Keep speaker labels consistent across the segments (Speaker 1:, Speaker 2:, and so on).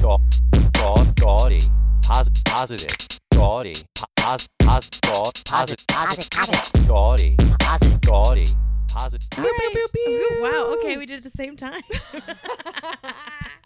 Speaker 1: Go, go, gaudy. Pos- positive. Gaudy. Pos- pos- go-
Speaker 2: Positive,
Speaker 1: posi-
Speaker 2: positive,
Speaker 1: gaudy.
Speaker 2: positive.
Speaker 1: Gaudy. Positive.
Speaker 3: Wow. Okay, we did it at the same time.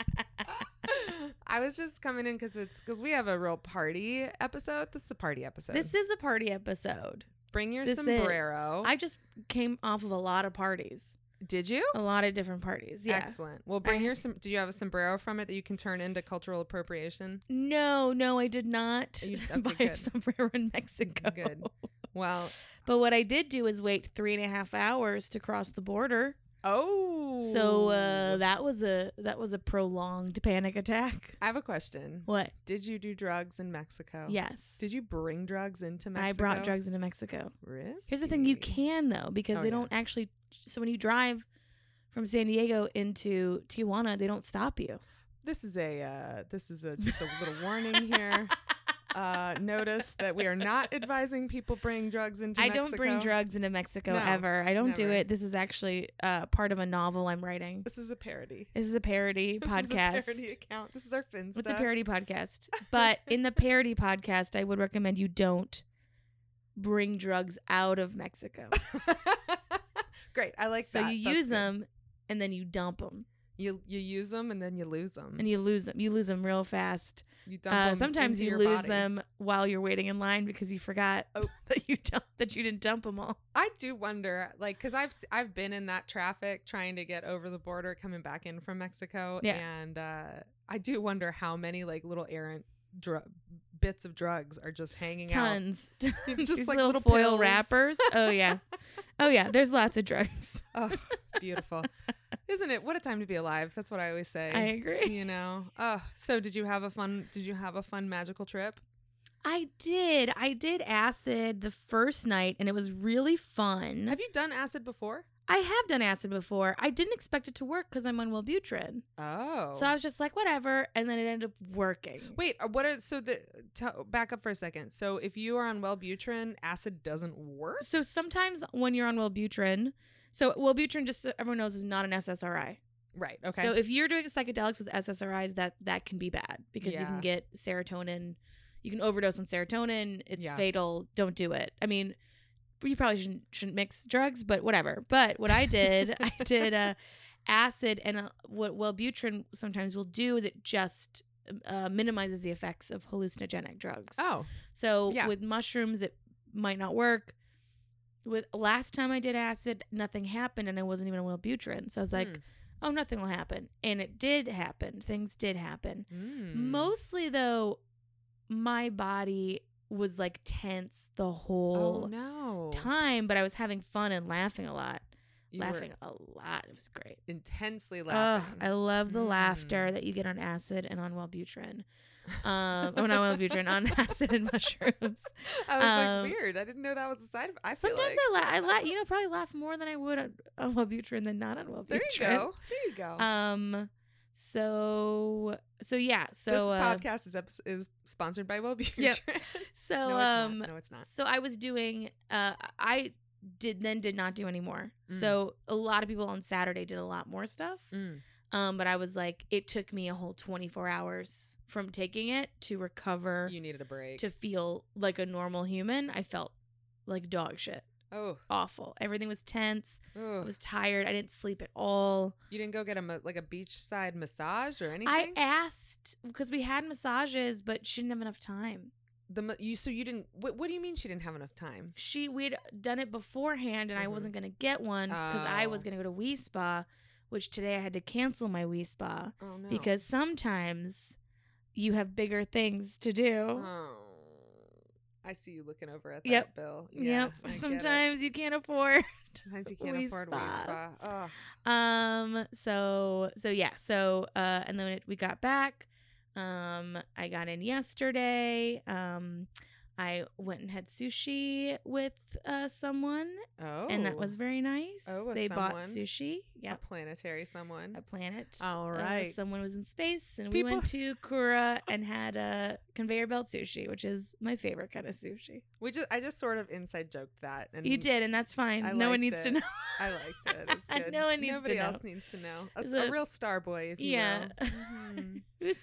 Speaker 4: I was just coming in because it's because we have a real party episode. This is a party episode.
Speaker 3: this is a party episode.
Speaker 4: Bring your
Speaker 3: this is-
Speaker 4: sombrero.
Speaker 3: I just came off of a lot of parties,
Speaker 4: Did you?
Speaker 3: a lot of different parties. Yeah.
Speaker 4: Excellent. Well, bring your some. Do you have a sombrero from it that you can turn into cultural appropriation?
Speaker 3: No, no, I did not
Speaker 4: You- okay,
Speaker 3: buy a
Speaker 4: good.
Speaker 3: sombrero in Mexico.
Speaker 4: Good. Well,
Speaker 3: But what I did do is wait three and a half hours to cross the border.
Speaker 4: oh.
Speaker 3: So uh, that was a that was a prolonged panic attack.
Speaker 4: I have a question.
Speaker 3: What?
Speaker 4: Did you do drugs in Mexico?
Speaker 3: Yes.
Speaker 4: Oh. Did you bring drugs into Mexico?
Speaker 3: I brought drugs into Mexico.
Speaker 4: Risky.
Speaker 3: Here's the thing you can though because
Speaker 4: Oh,
Speaker 3: they
Speaker 4: yeah.
Speaker 3: don't actually so when you drive from San Diego into Tijuana, they don't stop you.
Speaker 4: This is a uh, this is a just a little warning here. Uh, notice that we are not advising people bring drugs into.
Speaker 3: I don't bring
Speaker 4: Mexico.
Speaker 3: drugs into Mexico
Speaker 4: No,
Speaker 3: ever. I don't do
Speaker 4: never.
Speaker 3: it. This is actually uh, part of a novel I'm writing.
Speaker 4: This is a parody.
Speaker 3: This is a parody
Speaker 4: This is a
Speaker 3: podcast.
Speaker 4: parody account. This is our Finsta.
Speaker 3: What's a parody podcast? But in the parody podcast, I would recommend you don't bring drugs out of Mexico.
Speaker 4: Great. I like
Speaker 3: so
Speaker 4: that.
Speaker 3: you
Speaker 4: That's
Speaker 3: use
Speaker 4: good.
Speaker 3: them and then you dump them
Speaker 4: You you use them and then you lose them.
Speaker 3: and you lose them. You lose them real fast.
Speaker 4: you dump
Speaker 3: Uh,
Speaker 4: 'em
Speaker 3: sometimes
Speaker 4: into
Speaker 3: you
Speaker 4: your
Speaker 3: lose
Speaker 4: body.
Speaker 3: them while you're waiting in line because you forgot
Speaker 4: Oh.
Speaker 3: that you dump, that you didn't dump them all.
Speaker 4: I do wonder, like, because I've s- I've been in that traffic trying to get over the border coming back in from Mexico,
Speaker 3: Yeah.
Speaker 4: and uh, I do wonder how many like little errant dr- bits of drugs are just hanging
Speaker 3: Tons,
Speaker 4: out,
Speaker 3: These little, foil
Speaker 4: pills.
Speaker 3: wrappers. Oh yeah, oh yeah. There's lots of drugs.
Speaker 4: Oh, beautiful, isn't it? What a time to be alive. That's what I always say.
Speaker 3: I agree.
Speaker 4: You know. Oh, so did you have a fun? Did you have a fun magical trip?
Speaker 3: I did. I did acid the first night, and it was really fun.
Speaker 4: Have you done acid before?
Speaker 3: I have done acid before. I didn't expect it to work because I'm on Wellbutrin.
Speaker 4: Oh,
Speaker 3: So I was just like, whatever. And then it ended up working.
Speaker 4: Wait, uh, what are so the tell back up for a second? So if you are on Wellbutrin, acid doesn't work.
Speaker 3: So sometimes when you're on Wellbutrin, so Wellbutrin, just so everyone knows, is not an SSRI.
Speaker 4: Right. Okay.
Speaker 3: So if you're doing psychedelics with SSRIs, that that can be bad because you
Speaker 4: Yeah.
Speaker 3: can get serotonin. You can overdose on serotonin. It's
Speaker 4: Yeah.
Speaker 3: fatal. Don't do it. I mean, you probably shouldn't shouldn't mix drugs, but whatever. But what I did, I did uh, acid, and uh, what Wellbutrin sometimes will do is it just uh, minimizes the effects of hallucinogenic drugs.
Speaker 4: oh,
Speaker 3: So
Speaker 4: Yeah.
Speaker 3: with mushrooms, it might not work. With last time I did acid, nothing happened, and I wasn't even on Wellbutrin. So I was like,
Speaker 4: Hmm.
Speaker 3: "Oh, nothing will happen," and it did happen. Things did happen.
Speaker 4: mm.
Speaker 3: Mostly though, my body was like tense the
Speaker 4: oh
Speaker 3: whole
Speaker 4: no
Speaker 3: time, but I was having fun and laughing a lot,
Speaker 4: You were
Speaker 3: laughing a lot. It was great.
Speaker 4: intensely
Speaker 3: Ugh,
Speaker 4: laughing.
Speaker 3: I love the laughter
Speaker 4: Mm.
Speaker 3: that you get on acid and on Wellbutrin. Um, oh, not Wellbutrin, on acid and mushrooms.
Speaker 4: I was
Speaker 3: um,
Speaker 4: like weird. I didn't know that was a side. Of, I feel
Speaker 3: Sometimes
Speaker 4: like.
Speaker 3: I laugh. I la- You know, probably laugh more than I would on, on Wellbutrin than not on Wellbutrin.
Speaker 4: there you go. There you go.
Speaker 3: Um. So so yeah. So
Speaker 4: this
Speaker 3: uh,
Speaker 4: podcast is epi- is sponsored by Wellbutrin.
Speaker 3: Yep. so
Speaker 4: No, it's not.
Speaker 3: um.
Speaker 4: No, it's not.
Speaker 3: So I was doing. Uh, I did then did not do any more.
Speaker 4: Mm.
Speaker 3: So a lot of people on Saturday did a lot more stuff.
Speaker 4: Mm.
Speaker 3: Um. But I was like, it took me a whole twenty four hours from taking it to recover
Speaker 4: You needed a break.
Speaker 3: to feel like a normal human. I felt like dog shit.
Speaker 4: oh,
Speaker 3: Awful. Everything was tense. I
Speaker 4: oh.
Speaker 3: was tired. I didn't sleep at all.
Speaker 4: you didn't go get a ma- like a beachside massage or anything.
Speaker 3: I asked because we had massages, but she didn't have enough time.
Speaker 4: the ma- you so you didn't. What, what do you mean she didn't have enough time?
Speaker 3: She we'd done it beforehand, and I
Speaker 4: Mhm.
Speaker 3: wasn't gonna get one because I was
Speaker 4: Oh.
Speaker 3: gonna go to We Spa, which today I had to cancel my We Spa
Speaker 4: Oh no.
Speaker 3: because sometimes you have bigger things to do.
Speaker 4: Oh, I see you looking over at that
Speaker 3: Yep.
Speaker 4: bill.
Speaker 3: yep.
Speaker 4: I get it.
Speaker 3: Sometimes you can't afford.
Speaker 4: Sometimes you can't
Speaker 3: we
Speaker 4: afford
Speaker 3: spa.
Speaker 4: Wii Spa. Ugh.
Speaker 3: Um. So so yeah. So uh, and then we got back. Um. I got in yesterday. Um. I went and had sushi with uh someone,
Speaker 4: Oh,
Speaker 3: and that was very nice.
Speaker 4: Oh, a
Speaker 3: they bought
Speaker 4: someone.
Speaker 3: sushi.
Speaker 4: a
Speaker 3: Yep.
Speaker 4: planetary someone.
Speaker 3: A planet.
Speaker 4: All
Speaker 3: Uh,
Speaker 4: right.
Speaker 3: someone was in space, and
Speaker 4: People-
Speaker 3: we went to Kura and had a conveyor belt sushi, which is my favorite kind of sushi.
Speaker 4: We just I just sort of inside joked that, and
Speaker 3: you did, and that's fine.
Speaker 4: I
Speaker 3: no one
Speaker 4: liked
Speaker 3: needs to
Speaker 4: it.
Speaker 3: know.
Speaker 4: I liked it. It's good.
Speaker 3: No one needs to
Speaker 4: Nobody
Speaker 3: know.
Speaker 4: else needs to know. A,
Speaker 3: It's
Speaker 4: s- a
Speaker 3: a-
Speaker 4: real star boy, if you
Speaker 3: yeah.
Speaker 4: will. Mhm.
Speaker 3: It was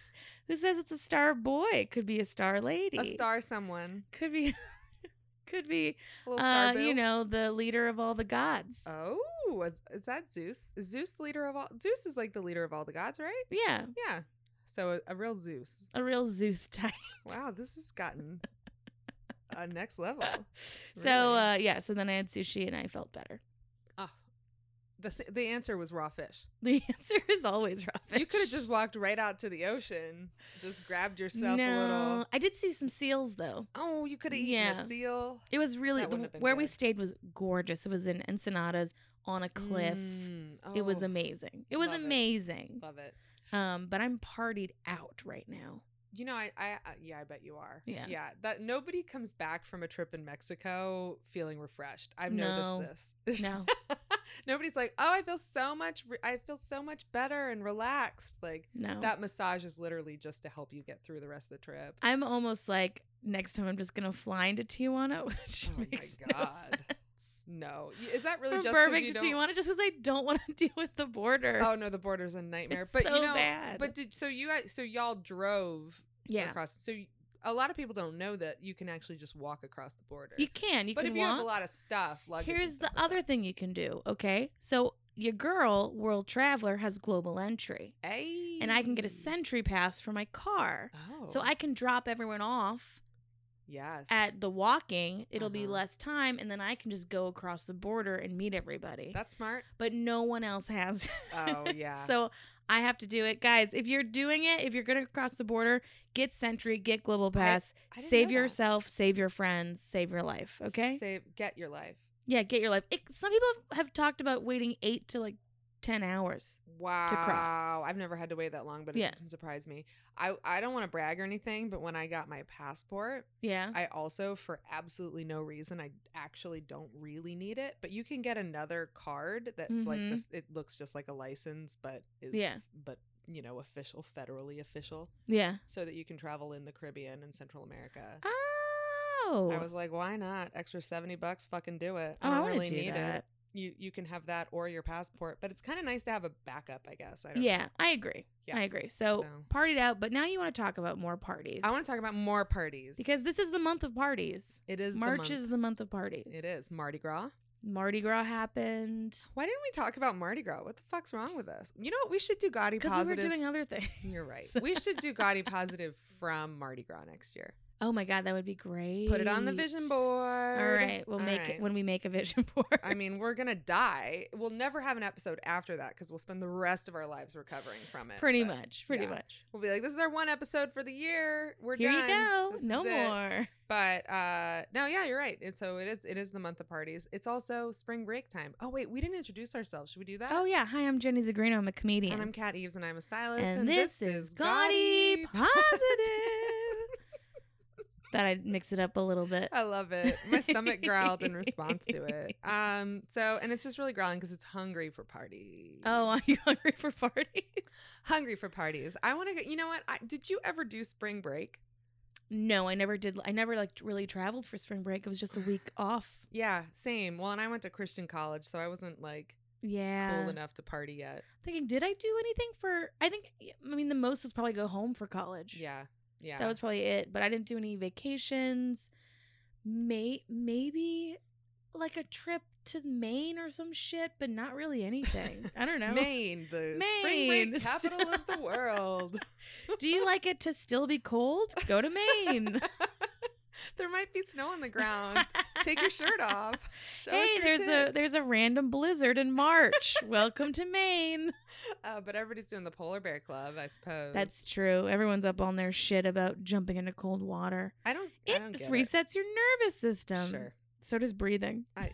Speaker 3: Who says it's a star boy? It could be a star lady.
Speaker 4: A star someone.
Speaker 3: could be could be
Speaker 4: A little star
Speaker 3: uh,
Speaker 4: boo.
Speaker 3: you know, the leader of all the gods.
Speaker 4: Oh, is, is that Zeus? Is Zeus the leader of all? Zeus is like the leader of all the gods, right?
Speaker 3: Yeah,
Speaker 4: Yeah. So a, a real Zeus.
Speaker 3: a real Zeus type.
Speaker 4: Wow, this has gotten a next level.
Speaker 3: So
Speaker 4: Really.
Speaker 3: uh, yeah, so then I had sushi and I felt better.
Speaker 4: Oh, the s- the answer was raw fish.
Speaker 3: The answer is always raw fish.
Speaker 4: You could have just walked right out to the ocean, just grabbed yourself
Speaker 3: no.
Speaker 4: a little.
Speaker 3: I did see some seals though.
Speaker 4: Oh, you could have eaten
Speaker 3: Yeah.
Speaker 4: a seal.
Speaker 3: It was really
Speaker 4: That
Speaker 3: the,
Speaker 4: wouldn't have been
Speaker 3: where we
Speaker 4: good.
Speaker 3: stayed was gorgeous. It was in Ensenadas on a cliff.
Speaker 4: Mm,
Speaker 3: It was
Speaker 4: oh,
Speaker 3: amazing. It was
Speaker 4: love it.
Speaker 3: amazing.
Speaker 4: Love it.
Speaker 3: Um, but I'm partied out right now.
Speaker 4: You know, I, I, I- yeah, I bet you are.
Speaker 3: Yeah.
Speaker 4: yeah. That nobody comes back from a trip in Mexico feeling refreshed. I've
Speaker 3: No.
Speaker 4: noticed this. There's-
Speaker 3: No.
Speaker 4: nobody's like, oh, I feel so much. Re- I feel so much better and relaxed. Like
Speaker 3: No.
Speaker 4: that massage is literally just to help you get through the rest of the trip.
Speaker 3: I'm almost like next time I'm just gonna fly into Tijuana, which
Speaker 4: Oh my
Speaker 3: makes no
Speaker 4: God.
Speaker 3: sense.
Speaker 4: No, Y- is that really
Speaker 3: From
Speaker 4: just 'cause
Speaker 3: Burbank
Speaker 4: you
Speaker 3: to
Speaker 4: don't-
Speaker 3: Tijuana, just because I don't want to deal with the border.
Speaker 4: Oh no, the border's a nightmare.
Speaker 3: It's
Speaker 4: but
Speaker 3: so
Speaker 4: you know,
Speaker 3: bad.
Speaker 4: but did so you guys- so y'all drove
Speaker 3: yeah,
Speaker 4: across. So y- a lot of people don't know that you can actually just walk across the border.
Speaker 3: you can. You
Speaker 4: but
Speaker 3: can
Speaker 4: if you
Speaker 3: walk.
Speaker 4: have a lot of stuff, luggage and
Speaker 3: Here's the
Speaker 4: stuff like
Speaker 3: other
Speaker 4: that.
Speaker 3: thing you can do, okay? So your girl, World Traveler, has global entry,
Speaker 4: Hey.
Speaker 3: and I can get a Sentry Pass for my car.
Speaker 4: Oh.
Speaker 3: So I can drop everyone off
Speaker 4: yes
Speaker 3: at the walking. It'll be
Speaker 4: Uh-huh.
Speaker 3: less time, and then I can just go across the border and meet everybody.
Speaker 4: that's smart.
Speaker 3: but no one else has.
Speaker 4: Oh yeah.
Speaker 3: so I have to do it, guys. If you're doing it, if you're gonna cross the border, get Sentry, get Global Pass,
Speaker 4: I didn't know
Speaker 3: save
Speaker 4: that.
Speaker 3: yourself, save your friends, save your life. Okay.
Speaker 4: Save, get your life.
Speaker 3: Yeah, get your life. It, some people have talked about waiting eight to like ten hours.
Speaker 4: Wow.
Speaker 3: cross.
Speaker 4: I've never had to wait that long, but it
Speaker 3: Yeah.
Speaker 4: doesn't surprise me. I, I don't want to brag or anything, but when I got my passport,
Speaker 3: Yeah,
Speaker 4: I also, for absolutely no reason, I actually don't really need it, but you can get another card that's like
Speaker 3: Mhm.
Speaker 4: this. It looks just like a license, but is,
Speaker 3: Yeah.
Speaker 4: but you know, official, federally official,
Speaker 3: yeah.
Speaker 4: so that you can travel in the Caribbean and Central America.
Speaker 3: Oh,
Speaker 4: I was like, why not? Extra 70 bucks, fucking do it.
Speaker 3: oh,
Speaker 4: I
Speaker 3: I
Speaker 4: don't
Speaker 3: want to
Speaker 4: really
Speaker 3: do
Speaker 4: need
Speaker 3: that.
Speaker 4: it. You you can have that or your passport, but it's kind of nice to have a backup, I guess. I don't
Speaker 3: Yeah, I agree.
Speaker 4: Yeah,
Speaker 3: I agree. So,
Speaker 4: so-
Speaker 3: partied out, but now you want to talk about more parties.
Speaker 4: I want to talk about more parties.
Speaker 3: because this is the month of parties.
Speaker 4: it is the
Speaker 3: March
Speaker 4: month.
Speaker 3: is the month of parties.
Speaker 4: It is Mardi Gras.
Speaker 3: Mardi Gras happened
Speaker 4: Why didn't we talk about Mardi Gras? What the fuck's wrong with us? You know what? We should do Gaudi
Speaker 3: because we were
Speaker 4: positive.
Speaker 3: doing other things.
Speaker 4: You're right. We should do Gaudi positive from Mardi Gras next year.
Speaker 3: Oh my god, that would be great.
Speaker 4: Put it on the vision board.
Speaker 3: All right, we'll
Speaker 4: All
Speaker 3: make
Speaker 4: right.
Speaker 3: it when we make a vision board.
Speaker 4: I mean, we're gonna die. We'll never have an episode after that because we'll spend the rest of our lives recovering from it.
Speaker 3: pretty
Speaker 4: but-
Speaker 3: much, pretty
Speaker 4: yeah.
Speaker 3: much.
Speaker 4: We'll be like, this is our one episode for the year. We're
Speaker 3: Here
Speaker 4: done.
Speaker 3: you go.
Speaker 4: This is
Speaker 3: no
Speaker 4: it."
Speaker 3: more.
Speaker 4: But uh, no, yeah, you're right. And so it is. It is the month of parties. It's also spring break time. Oh wait, we didn't introduce ourselves. Should we do that?
Speaker 3: Oh yeah, hi, I'm Jenny Zagrino. I'm a comedian.
Speaker 4: And I'm Kat Eves, and I'm a stylist.
Speaker 3: and this, is Gaudy Positive. Thought I'd mix it up a little bit.
Speaker 4: I love it. My stomach growled in response to it. Um. So, and it's just really growling because it's hungry for parties.
Speaker 3: Oh, are you hungry for parties?
Speaker 4: hungry for parties. I want to go. You know what? I, did you ever do spring break?
Speaker 3: No, I never did. I never like really traveled for spring break. It was just a week off.
Speaker 4: Yeah, same. Well, and I went to Christian college, so I wasn't like
Speaker 3: Yeah.
Speaker 4: cool enough to party yet.
Speaker 3: Thinking, did I do anything for? I think. I mean, the most was probably go home for college.
Speaker 4: Yeah, yeah.
Speaker 3: That was probably it. But I didn't do any vacations. May maybe like a trip to Maine or some shit, but not really anything. I don't know.
Speaker 4: Maine, the spring break
Speaker 3: Maine.
Speaker 4: capital of the world.
Speaker 3: Do you like it to still be cold? Go to Maine.
Speaker 4: there might be snow on the ground. Take your shirt off. Show
Speaker 3: hey,
Speaker 4: us your
Speaker 3: there's a
Speaker 4: tits.
Speaker 3: there's a random blizzard in March. Welcome to Maine.
Speaker 4: Uh, but everybody's doing the polar bear club, I suppose.
Speaker 3: That's true. Everyone's up on their shit about jumping into cold water.
Speaker 4: I don't. I
Speaker 3: It
Speaker 4: don't
Speaker 3: just
Speaker 4: get
Speaker 3: resets your nervous
Speaker 4: it.
Speaker 3: system.
Speaker 4: Sure.
Speaker 3: So does breathing.
Speaker 4: I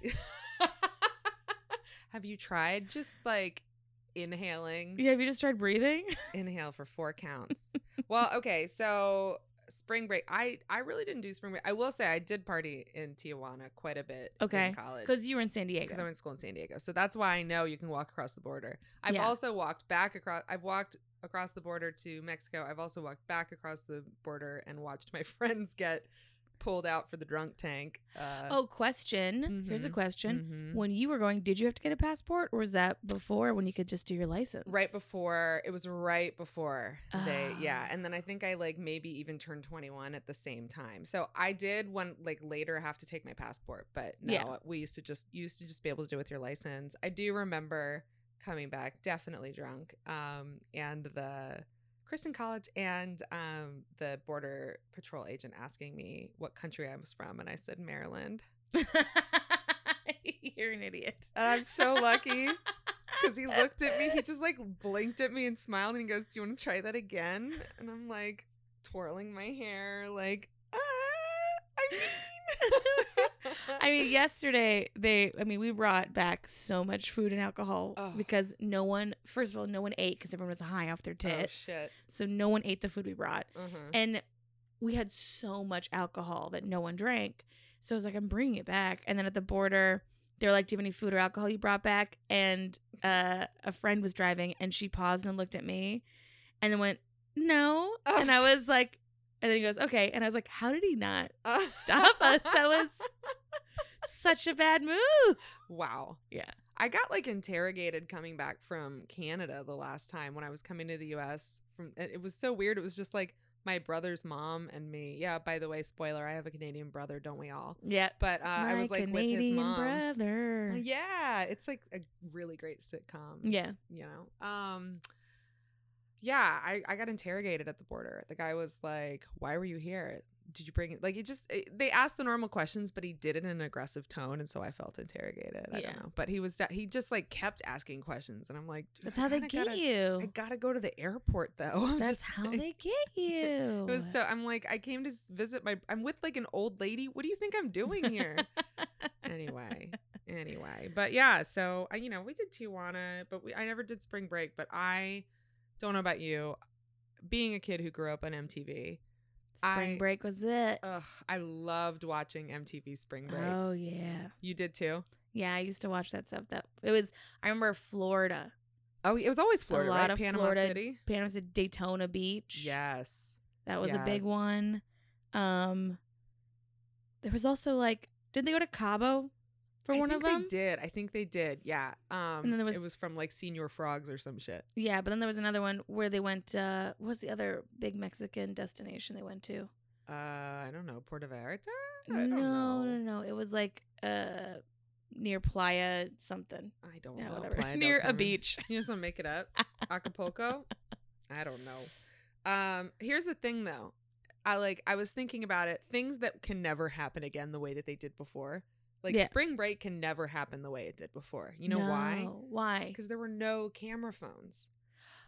Speaker 4: have you tried just like inhaling?
Speaker 3: Yeah, have you just tried breathing?
Speaker 4: inhale for four counts. well, okay, so spring break. I I really didn't do spring break. I will say I did party in Tijuana quite a bit.
Speaker 3: Okay,
Speaker 4: in college
Speaker 3: Because you were in San Diego.
Speaker 4: because I'm in school in San Diego, so that's why I know you can walk across the border. I've
Speaker 3: Yeah.
Speaker 4: also walked back across. I've walked across the border to Mexico. I've also walked back across the border and watched my friends get pulled out for the drunk tank. Uh,
Speaker 3: Oh, question. Here's a
Speaker 4: Mhm.
Speaker 3: question.
Speaker 4: mhm.
Speaker 3: When you were going, did you have to get a passport, or was that before when you could just do your license?
Speaker 4: right before it was right before they yeah
Speaker 3: Ah.
Speaker 4: and then i think i like maybe even turned 21 at the same time so i did one like later have to take my passport but no
Speaker 3: Yeah.
Speaker 4: we used to just you used to just be able to do it with your license i do remember coming back definitely drunk um and the Kristen College and um, the Border Patrol agent asking me what country I was from, and I said Maryland.
Speaker 3: You're an idiot.
Speaker 4: And I'm so lucky because he looked at me. He just like blinked at me and smiled and he goes, Do you want to try that again? And I'm like twirling my hair, like, ah, I
Speaker 3: I
Speaker 4: mean. Oh,
Speaker 3: mean, yesterday they, I mean, we brought back so much food and alcohol
Speaker 4: Oh.
Speaker 3: because no one, first of all, no one ate because everyone was high off their
Speaker 4: oh,
Speaker 3: tits.
Speaker 4: shit.
Speaker 3: So no one ate the food we brought.
Speaker 4: Uh-huh.
Speaker 3: And we had so much alcohol that no one drank. So I was like, I'm bringing it back. And then at the border, they're like, Do you have any food or alcohol you brought back? And uh, a friend was driving and she paused and looked at me and then went, No.
Speaker 4: Oh,
Speaker 3: And I was like, And then he goes, Okay. And I was like, How did he not
Speaker 4: Uh,
Speaker 3: stop us? That was such a bad move.
Speaker 4: wow.
Speaker 3: Yeah.
Speaker 4: I got like interrogated coming back from Canada the last time when I was coming to the US from it it was so weird. It was just like my brother's mom and me. Yeah, by the way, spoiler, I have a Canadian brother, don't we all?
Speaker 3: Yeah.
Speaker 4: But uh, I was like with his mom.
Speaker 3: brother.
Speaker 4: Well, Yeah, it's like a really great sitcom.
Speaker 3: Yeah.
Speaker 4: you know. Um Yeah, I I got interrogated at the border. The guy was like, "Why were you here? Did you bring it?" Like he just it- they asked the normal questions, but he did it in an aggressive tone, and so I felt interrogated. I
Speaker 3: Yeah.
Speaker 4: don't know, but he was he just like kept asking questions, and I'm like, "Dude,
Speaker 3: That's
Speaker 4: I
Speaker 3: how they
Speaker 4: kinda
Speaker 3: get
Speaker 4: gotta- I
Speaker 3: you.
Speaker 4: gotta go to the airport though. I'm
Speaker 3: That's
Speaker 4: just
Speaker 3: how
Speaker 4: like-
Speaker 3: they get you.
Speaker 4: It was so. I'm like, I came to s- visit my. I'm with like an old lady. What do you think I'm doing here? anyway anyway but yeah so I, you know we did tijuana but we i never did spring break but i don't know about you being a kid who grew up on mtv
Speaker 3: Spring
Speaker 4: I-
Speaker 3: break was it.
Speaker 4: ugh i loved watching mtv spring breaks
Speaker 3: Oh yeah.
Speaker 4: you did too
Speaker 3: Yeah, I used to watch that stuff. That it was I remember Florida.
Speaker 4: oh it was always florida
Speaker 3: lot
Speaker 4: right?
Speaker 3: of
Speaker 4: panama
Speaker 3: Florida-
Speaker 4: city
Speaker 3: Panama was at Daytona Beach.
Speaker 4: yes
Speaker 3: That was a
Speaker 4: yes.
Speaker 3: big one. Um there was also like did they go to Cabo for
Speaker 4: I
Speaker 3: one
Speaker 4: think
Speaker 3: of them?
Speaker 4: they did i think they did yeah um
Speaker 3: then there was-
Speaker 4: it was from like senior frogs or some shit
Speaker 3: Yeah, but then there was another one where they went uh what was the other big Mexican destination they went to?
Speaker 4: uh i don't know puerto vallarta I
Speaker 3: no,
Speaker 4: don't
Speaker 3: no, no. It was like uh near Playa something.
Speaker 4: i don't
Speaker 3: Yeah,
Speaker 4: know
Speaker 3: whatever.
Speaker 4: Oh, Playa del
Speaker 3: near a
Speaker 4: Carmen.
Speaker 3: beach.
Speaker 4: You just want to make it up? Acapulco? I don't know. Um, here's the thing though. I like I was thinking about it. Things that can never happen again the way that they did before. Like
Speaker 3: Yeah.
Speaker 4: spring break can never happen the way it did before. You know why?
Speaker 3: No, Why?
Speaker 4: Because there were no camera phones.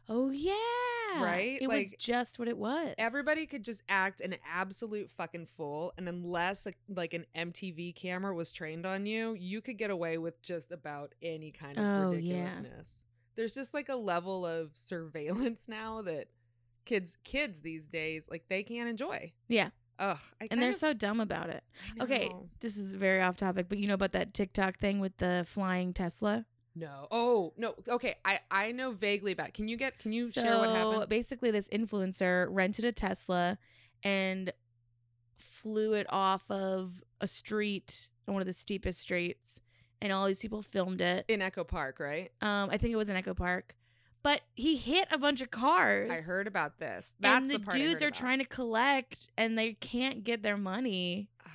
Speaker 3: Oh yeah,
Speaker 4: Right?
Speaker 3: It was
Speaker 4: Like,
Speaker 3: just what it was.
Speaker 4: Everybody could just act an absolute fucking fool, and unless like, like an MTV camera was trained on you, you could get away with just about any kind of
Speaker 3: Oh, yeah.
Speaker 4: ridiculousness. There's just like a level of surveillance now that kids kids these days like they can't enjoy.
Speaker 3: Yeah.
Speaker 4: Ugh, I
Speaker 3: and
Speaker 4: kind
Speaker 3: they're
Speaker 4: of-
Speaker 3: so dumb about it.
Speaker 4: I
Speaker 3: Okay,
Speaker 4: know.
Speaker 3: this is very off topic, but you know about that TikTok thing with the flying Tesla?
Speaker 4: No. Oh no. Okay. I I know vaguely about. It. Can you get? Can you share what happened?
Speaker 3: basically, this influencer rented a Tesla and flew it off of a street, one of the steepest streets, and all these people filmed it.
Speaker 4: In Echo Park, right?
Speaker 3: Um, I think it was in Echo Park, but he hit a bunch of cars.
Speaker 4: I heard about this. That's
Speaker 3: and the,
Speaker 4: the, part
Speaker 3: dudes
Speaker 4: I
Speaker 3: are
Speaker 4: heard
Speaker 3: trying to collect, and they can't get their money.
Speaker 4: about.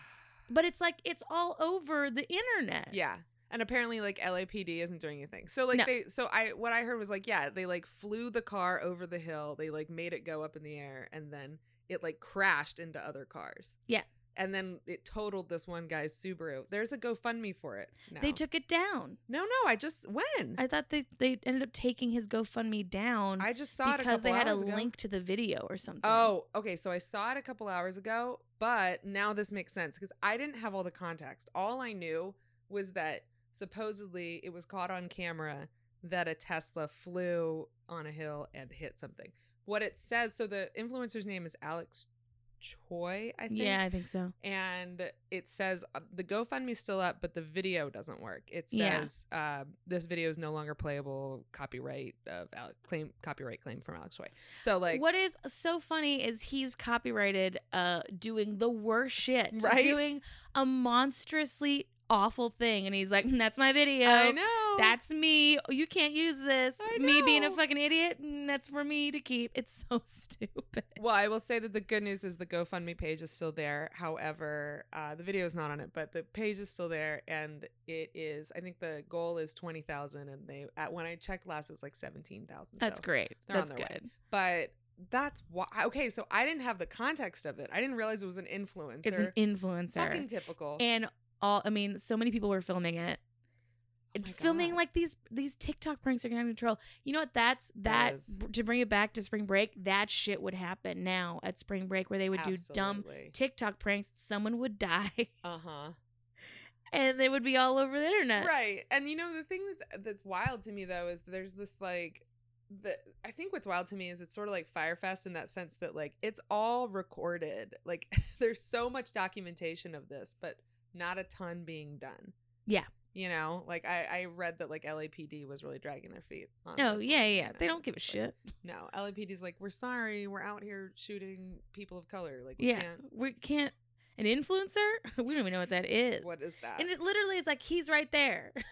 Speaker 3: But it's like it's all over the internet.
Speaker 4: Yeah. And apparently like LAPD isn't doing anything. So like
Speaker 3: No.
Speaker 4: they so I what I heard was like yeah, they like flew the car over the hill. They like made it go up in the air and then it like crashed into other cars.
Speaker 3: Yeah.
Speaker 4: And then it totaled this one guy's Subaru. There's a GoFundMe for it. Now.
Speaker 3: They took it down.
Speaker 4: No, no, I just when? I,
Speaker 3: I thought they they ended up taking his GoFundMe down
Speaker 4: just saw it a
Speaker 3: because they
Speaker 4: couple
Speaker 3: had a
Speaker 4: hours ago.
Speaker 3: link to the video or something.
Speaker 4: Oh, okay. So I saw it a couple hours ago, but now this makes sense because I didn't have all the context. All I knew was that supposedly it was caught on camera that a Tesla flew on a hill and hit something. What it says, so the influencer's name is Alex Choi, I think.
Speaker 3: yeah, I think so.
Speaker 4: And it says uh, the GoFundMe's still up, but the video doesn't work. It
Speaker 3: Yeah.
Speaker 4: says uh, this video is no longer playable. Copyright of Alec, claim copyright claim from Alex Choi. So like
Speaker 3: what is so funny is he's copyrighted uh doing the worst shit,
Speaker 4: Right?
Speaker 3: doing a monstrously awful thing, and he's like, "Mm, "That's my video.
Speaker 4: I know
Speaker 3: That's me. Oh, You can't use this.
Speaker 4: I
Speaker 3: Me being a
Speaker 4: know.
Speaker 3: fucking idiot. mm, That's for me to keep. It's so stupid.
Speaker 4: Well, I will say that the good news is the GoFundMe page is still there. However, uh, the video is not on it, but the page is still there, and it is. I think the goal is twenty thousand, and they at when I checked last, it was like seventeen thousand.
Speaker 3: That's great.
Speaker 4: they're on
Speaker 3: That's
Speaker 4: their way.
Speaker 3: good.
Speaker 4: But that's why. Okay, so I didn't have the context of it. I didn't realize it was an influencer.
Speaker 3: It's an influencer.
Speaker 4: Fucking typical.
Speaker 3: and all I mean, so many people were filming it.
Speaker 4: Oh
Speaker 3: And
Speaker 4: my
Speaker 3: filming
Speaker 4: God.
Speaker 3: like these these TikTok pranks are getting out of control. You know what? That's
Speaker 4: That
Speaker 3: that,
Speaker 4: is-
Speaker 3: to bring it back to spring break. That shit would happen now at spring break where they would do dumb TikTok pranks. Someone would die,
Speaker 4: Uh huh.
Speaker 3: and they would be all over the internet.
Speaker 4: right and you know the thing that's uh, that's wild to me though is there's this like the i think what's wild to me is it's sort of like firefest in that sense that like it's all recorded like there's so much documentation of this but not a ton being done
Speaker 3: Yeah.
Speaker 4: you know like i i read that like lapd was really dragging their feet on
Speaker 3: Oh
Speaker 4: this
Speaker 3: yeah,
Speaker 4: one,
Speaker 3: yeah.
Speaker 4: you
Speaker 3: yeah. They
Speaker 4: know,
Speaker 3: don't give a
Speaker 4: it's just like,
Speaker 3: shit.
Speaker 4: no lapd's like we're sorry we're out here shooting people of color like we
Speaker 3: Yeah,
Speaker 4: can't
Speaker 3: we can't. An influencer? we don't even know what that is.
Speaker 4: what is that
Speaker 3: And it literally is like he's right there.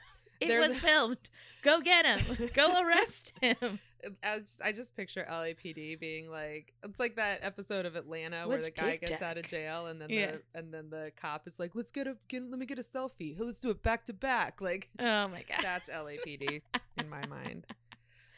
Speaker 3: It
Speaker 4: They're
Speaker 3: was
Speaker 4: the-
Speaker 3: filmed. Go get him. Go arrest him.
Speaker 4: I just, I just picture LAPD being like, it's like that episode of Atlanta where
Speaker 3: What's
Speaker 4: the guy
Speaker 3: Tic
Speaker 4: gets out of
Speaker 3: Tac?
Speaker 4: jail and then
Speaker 3: Yeah.
Speaker 4: the and then the cop is like, let's get a get, let me get a selfie. Let's do it back to back. Like
Speaker 3: Oh my god.
Speaker 4: that's LAPD in my mind.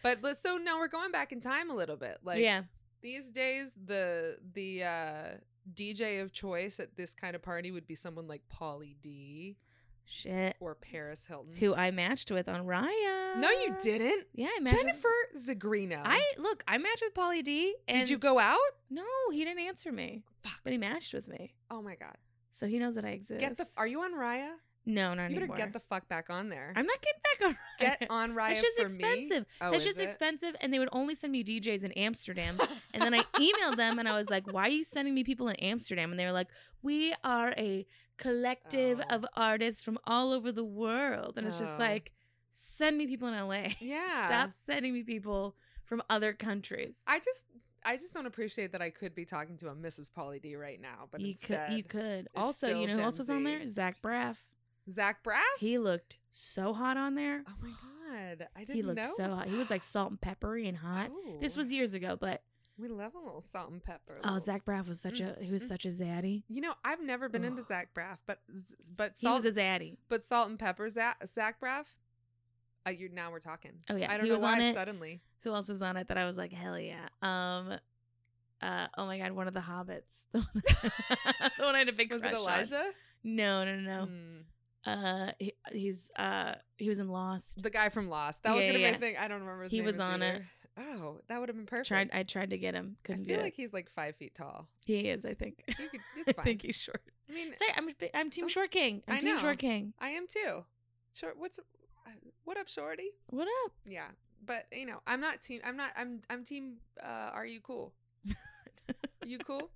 Speaker 4: But let's, so now we're going back in time a little bit. Like
Speaker 3: yeah.
Speaker 4: these days, the the uh, DJ of choice at this kind of party would be someone like Pauly D
Speaker 3: Shit.
Speaker 4: or Paris Hilton.
Speaker 3: Mm. Who I matched with on Raya.
Speaker 4: No, you didn't.
Speaker 3: Yeah, I matched.
Speaker 4: Jennifer Zagrino.
Speaker 3: I look. I matched with Polly D. And
Speaker 4: did you go out?
Speaker 3: No, he didn't answer me.
Speaker 4: Fuck.
Speaker 3: But he matched with me,
Speaker 4: Oh my god.
Speaker 3: so he knows that I exist.
Speaker 4: Get the. Are you on Raya?
Speaker 3: No,
Speaker 4: You
Speaker 3: not
Speaker 4: better
Speaker 3: anymore.
Speaker 4: get the fuck back on there.
Speaker 3: I'm not getting back on. Raya.
Speaker 4: get on Raya
Speaker 3: That's just
Speaker 4: for me.
Speaker 3: expensive.
Speaker 4: Oh,
Speaker 3: That's
Speaker 4: is
Speaker 3: just
Speaker 4: it?
Speaker 3: expensive, and they would only send me DJs in Amsterdam. And then I e emailed them and I was like, why are you sending me people in Amsterdam? And they were like, we are a collective
Speaker 4: Oh.
Speaker 3: of artists from all over the world. And it's
Speaker 4: Oh.
Speaker 3: just like, send me people in LA.
Speaker 4: Yeah.
Speaker 3: Stop sending me people from other countries.
Speaker 4: I just, I just don't appreciate that I could be talking to a Mrs. Polly D right now, but
Speaker 3: you
Speaker 4: instead,
Speaker 3: could. You could. Also,
Speaker 4: still
Speaker 3: you know who
Speaker 4: Gen
Speaker 3: else was on there?
Speaker 4: Z.
Speaker 3: Zach Braff.
Speaker 4: Zach Braff.
Speaker 3: He looked so hot on there.
Speaker 4: oh my god, I didn't
Speaker 3: He looked
Speaker 4: know. Oh.
Speaker 3: so hot. He was like salt and peppery and hot. This
Speaker 4: Cool.
Speaker 3: was years ago, but
Speaker 4: We love a little salt and pepper.
Speaker 3: oh,
Speaker 4: little-
Speaker 3: Zach Braff was such
Speaker 4: Mm,
Speaker 3: a he was such a zaddy.
Speaker 4: You know, I've never been into
Speaker 3: Ugh.
Speaker 4: Zach Braff, but z- but
Speaker 3: He was
Speaker 4: salt,
Speaker 3: a zaddy.
Speaker 4: but salt and pepper Zach, Zach Braff. Uh, you now we're talking.
Speaker 3: Oh, yeah,
Speaker 4: I don't
Speaker 3: he
Speaker 4: know
Speaker 3: was
Speaker 4: why
Speaker 3: on it.
Speaker 4: suddenly.
Speaker 3: who else is on it that I was like, hell yeah. Um, uh, oh my god, one of the hobbits, the one, the one I had a big
Speaker 4: Was it
Speaker 3: crush on.
Speaker 4: Elijah?
Speaker 3: No, no, no.
Speaker 4: Mm.
Speaker 3: no. Uh, he, he's uh, he was in Lost.
Speaker 4: The guy from Lost. That was
Speaker 3: Yeah,
Speaker 4: gonna
Speaker 3: yeah,
Speaker 4: be a thing. I don't remember. His
Speaker 3: He
Speaker 4: name
Speaker 3: was
Speaker 4: is
Speaker 3: on it.
Speaker 4: either. Oh, that would have been perfect.
Speaker 3: Tried, I tried to get him,
Speaker 4: I
Speaker 3: couldn't
Speaker 4: feel
Speaker 3: do
Speaker 4: like
Speaker 3: it.
Speaker 4: he's like five feet tall.
Speaker 3: He is, I think.
Speaker 4: You could,
Speaker 3: I
Speaker 4: it's fine.
Speaker 3: think he's short.
Speaker 4: I mean,
Speaker 3: Sorry, I'm bi- I'm Team
Speaker 4: I'm
Speaker 3: Short
Speaker 4: s-
Speaker 3: King. I'm
Speaker 4: I
Speaker 3: Team Short
Speaker 4: know.
Speaker 3: King.
Speaker 4: I am too. Short. What's what up, shorty?
Speaker 3: What up?
Speaker 4: Yeah, but you know, I'm not team. I'm not. I'm I'm team. Uh, are you cool? You cool?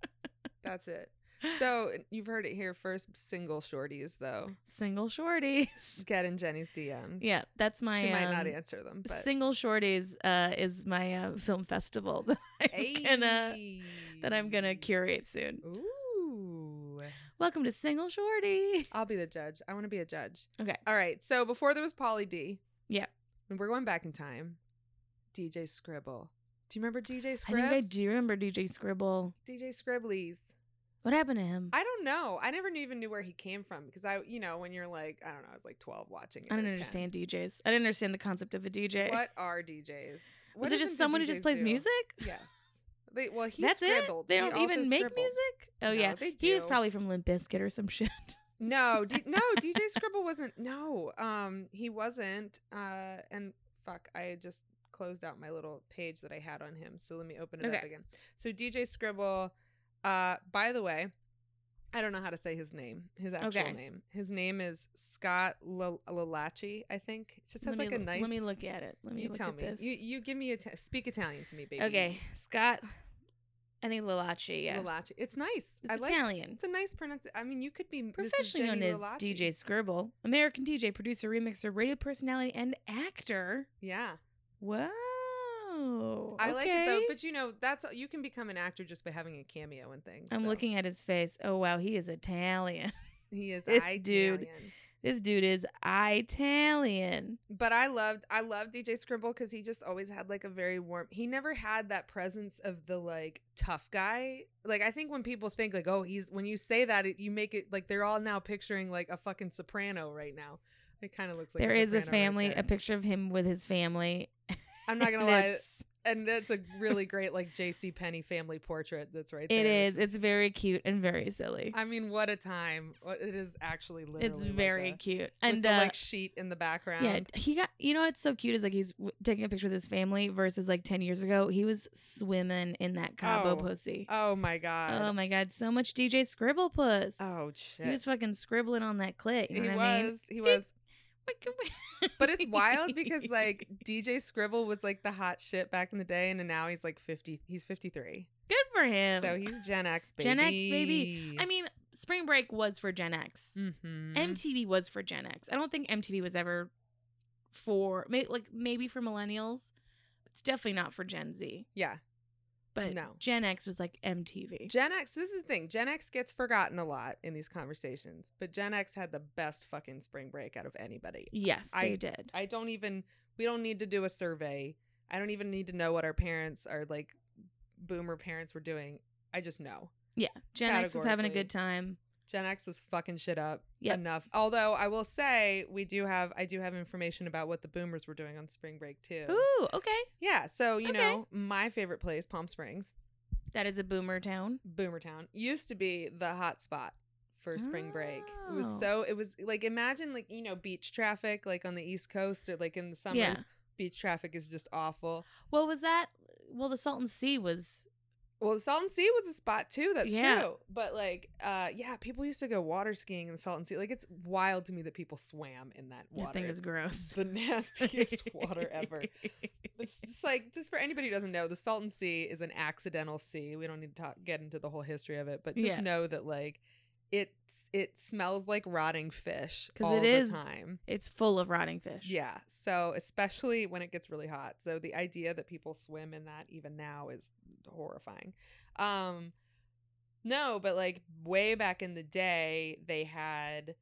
Speaker 4: That's it. So you've heard it here first. Single shorties though.
Speaker 3: Single shorties.
Speaker 4: Get in Jenny's DMs.
Speaker 3: Yeah, that's my.
Speaker 4: she might not
Speaker 3: um,
Speaker 4: answer them. But
Speaker 3: Single shorties uh, is my uh, film festival that I'm gonna that I'm gonna
Speaker 4: Ayy.
Speaker 3: curate soon.
Speaker 4: Ooh.
Speaker 3: Welcome to Single Shorty.
Speaker 4: I'll be the judge. I want to be a judge.
Speaker 3: Okay.
Speaker 4: All right. So before there was Polly D.
Speaker 3: Yeah.
Speaker 4: And we're going back in time. DJ Scribble. Do you remember DJ
Speaker 3: I think
Speaker 4: Scribble?
Speaker 3: I do remember DJ Scribble.
Speaker 4: DJ Scribblies.
Speaker 3: What happened to him? I,
Speaker 4: I don't know. I never knew, even knew where he came from because I, you know, when you're like, I don't know, I was like 12 watching it.
Speaker 3: didn't
Speaker 4: or 10.
Speaker 3: understand DJs. I didn't understand the concept of a DJ.
Speaker 4: What are DJs? What
Speaker 3: Was it
Speaker 4: even
Speaker 3: just
Speaker 4: do
Speaker 3: someone who just
Speaker 4: DJs
Speaker 3: plays
Speaker 4: do?
Speaker 3: music?
Speaker 4: Yes. They, well, he
Speaker 3: That's
Speaker 4: scribbled.
Speaker 3: it. They
Speaker 4: He
Speaker 3: don't
Speaker 4: also
Speaker 3: even make
Speaker 4: scribbled.
Speaker 3: music. Oh
Speaker 4: No,
Speaker 3: yeah,
Speaker 4: they
Speaker 3: he was
Speaker 4: do.
Speaker 3: probably from Limp Bizkit or some shit.
Speaker 4: No, D- no, DJ Scribble wasn't. No, um, he wasn't. Uh, and fuck, I just closed out my little page that I had on him. So let me open it up
Speaker 3: Okay.
Speaker 4: again. So DJ Scribble, uh, by the way, I don't know how to say his name, his actual
Speaker 3: Okay.
Speaker 4: name. His name is Scott L- Lalachi, I think. It just has like
Speaker 3: let me,
Speaker 4: a
Speaker 3: l-
Speaker 4: nice.
Speaker 3: Let me look at it. Let me
Speaker 4: you
Speaker 3: look
Speaker 4: tell
Speaker 3: at
Speaker 4: me.
Speaker 3: this.
Speaker 4: You you give me a speak Italian to me, baby.
Speaker 3: okay, Scott I think Lalachi. Yeah,
Speaker 4: Lalachi. It's nice.
Speaker 3: it's
Speaker 4: I like.
Speaker 3: Italian.
Speaker 4: It's a nice pronunciation. I mean, you could be Mrs.
Speaker 3: Professionally known
Speaker 4: Jenny
Speaker 3: as
Speaker 4: Lalachi.
Speaker 3: DJ Scribble, American DJ, producer, remixer, radio personality, and actor.
Speaker 4: Yeah,
Speaker 3: Wow.
Speaker 4: I like it though.
Speaker 3: okay.
Speaker 4: But you know, that's you can become an actor just by having a cameo and things.
Speaker 3: I'm
Speaker 4: so.
Speaker 3: looking at his face. Oh wow, he is Italian.
Speaker 4: He is
Speaker 3: this
Speaker 4: Italian.
Speaker 3: dude. this dude is Italian.
Speaker 4: But I loved I loved DJ Scribble because he just always had like a very warm. He never had that presence of the like tough guy. Like I think when people think like oh he's when you say that it, you make it like they're all now picturing like a fucking soprano right now. It kind of looks like
Speaker 3: there is a
Speaker 4: soprano right
Speaker 3: family,
Speaker 4: there.
Speaker 3: a picture of him with his family.
Speaker 4: I'm not gonna
Speaker 3: and
Speaker 4: lie,
Speaker 3: it's-
Speaker 4: and that's a really great like J.C. Penny family portrait that's right there.
Speaker 3: It is.
Speaker 4: It's,
Speaker 3: It's very cute and very silly.
Speaker 4: I mean, what a time! What- It is actually literally.
Speaker 3: It's very
Speaker 4: like a,
Speaker 3: cute.
Speaker 4: with
Speaker 3: And
Speaker 4: the,
Speaker 3: uh,
Speaker 4: like sheet in the background.
Speaker 3: yeah, he got. You know what's so cute is like he's w- taking a picture with his family versus like ten years ago he was swimming in that Cabo
Speaker 4: Oh.
Speaker 3: pussy.
Speaker 4: Oh my god.
Speaker 3: Oh my god, so much DJ Scribble puss.
Speaker 4: oh shit.
Speaker 3: he was fucking scribbling on that clit. You
Speaker 4: he
Speaker 3: know what I mean?
Speaker 4: was. He was.
Speaker 3: Wick, wick.
Speaker 4: But it's wild because like DJ Scribble was like the hot shit back in the day, and now he's like fifty. He's fifty three.
Speaker 3: good for him.
Speaker 4: So he's Gen X baby.
Speaker 3: Gen X, baby. I mean, Spring Break was for Gen X.
Speaker 4: Mhm.
Speaker 3: MTV was for Gen X. I don't think MTV was ever for may, like maybe for millennials. It's definitely not for Gen Z.
Speaker 4: yeah.
Speaker 3: But
Speaker 4: No.
Speaker 3: Gen X was like MTV.
Speaker 4: Gen X. This is the thing. Gen X gets forgotten a lot in these conversations, but Gen X had the best fucking spring break out of anybody.
Speaker 3: yes,
Speaker 4: I-
Speaker 3: they did.
Speaker 4: I don't even. We don't need to do a survey. I don't even need to know what our parents, our like, boomer parents were doing. I just know.
Speaker 3: Yeah, Gen X was having a
Speaker 4: categorically.
Speaker 3: good time.
Speaker 4: Gen X was fucking shit up
Speaker 3: Yep.
Speaker 4: enough. Although I will say we do have I do have information about what the boomers were doing on spring break too.
Speaker 3: Ooh, okay.
Speaker 4: Yeah, so you
Speaker 3: Okay.
Speaker 4: know, my favorite place, Palm Springs,
Speaker 3: That is a boomer town.
Speaker 4: Boomertown, used to be the hot spot for spring break. It was
Speaker 3: Oh.
Speaker 4: so it was like imagine like, you know, beach traffic like on the East Coast or like in the summers.
Speaker 3: Yeah.
Speaker 4: Beach traffic is just awful.
Speaker 3: Well, was that? Well, the Salton Sea was.
Speaker 4: Well, the Salton Sea was a spot too. That's
Speaker 3: Yeah.
Speaker 4: true. But like, uh, yeah, people used to go water skiing in the Salton Sea. Like, it's wild to me that people swam in that water.
Speaker 3: That thing is
Speaker 4: It's
Speaker 3: gross.
Speaker 4: the nastiest water ever. It's just like just for anybody who doesn't know, the Salton Sea is an accidental sea. We don't need to talk, get into the whole history of it, but just
Speaker 3: Yeah.
Speaker 4: know that like it it smells like rotting fish
Speaker 3: 'Cause
Speaker 4: all
Speaker 3: it
Speaker 4: the
Speaker 3: is.
Speaker 4: time.
Speaker 3: It's full of rotting fish.
Speaker 4: Yeah. So especially when it gets really hot. So the idea that people swim in that even now is horrifying. Um no, but like way back in the day, they had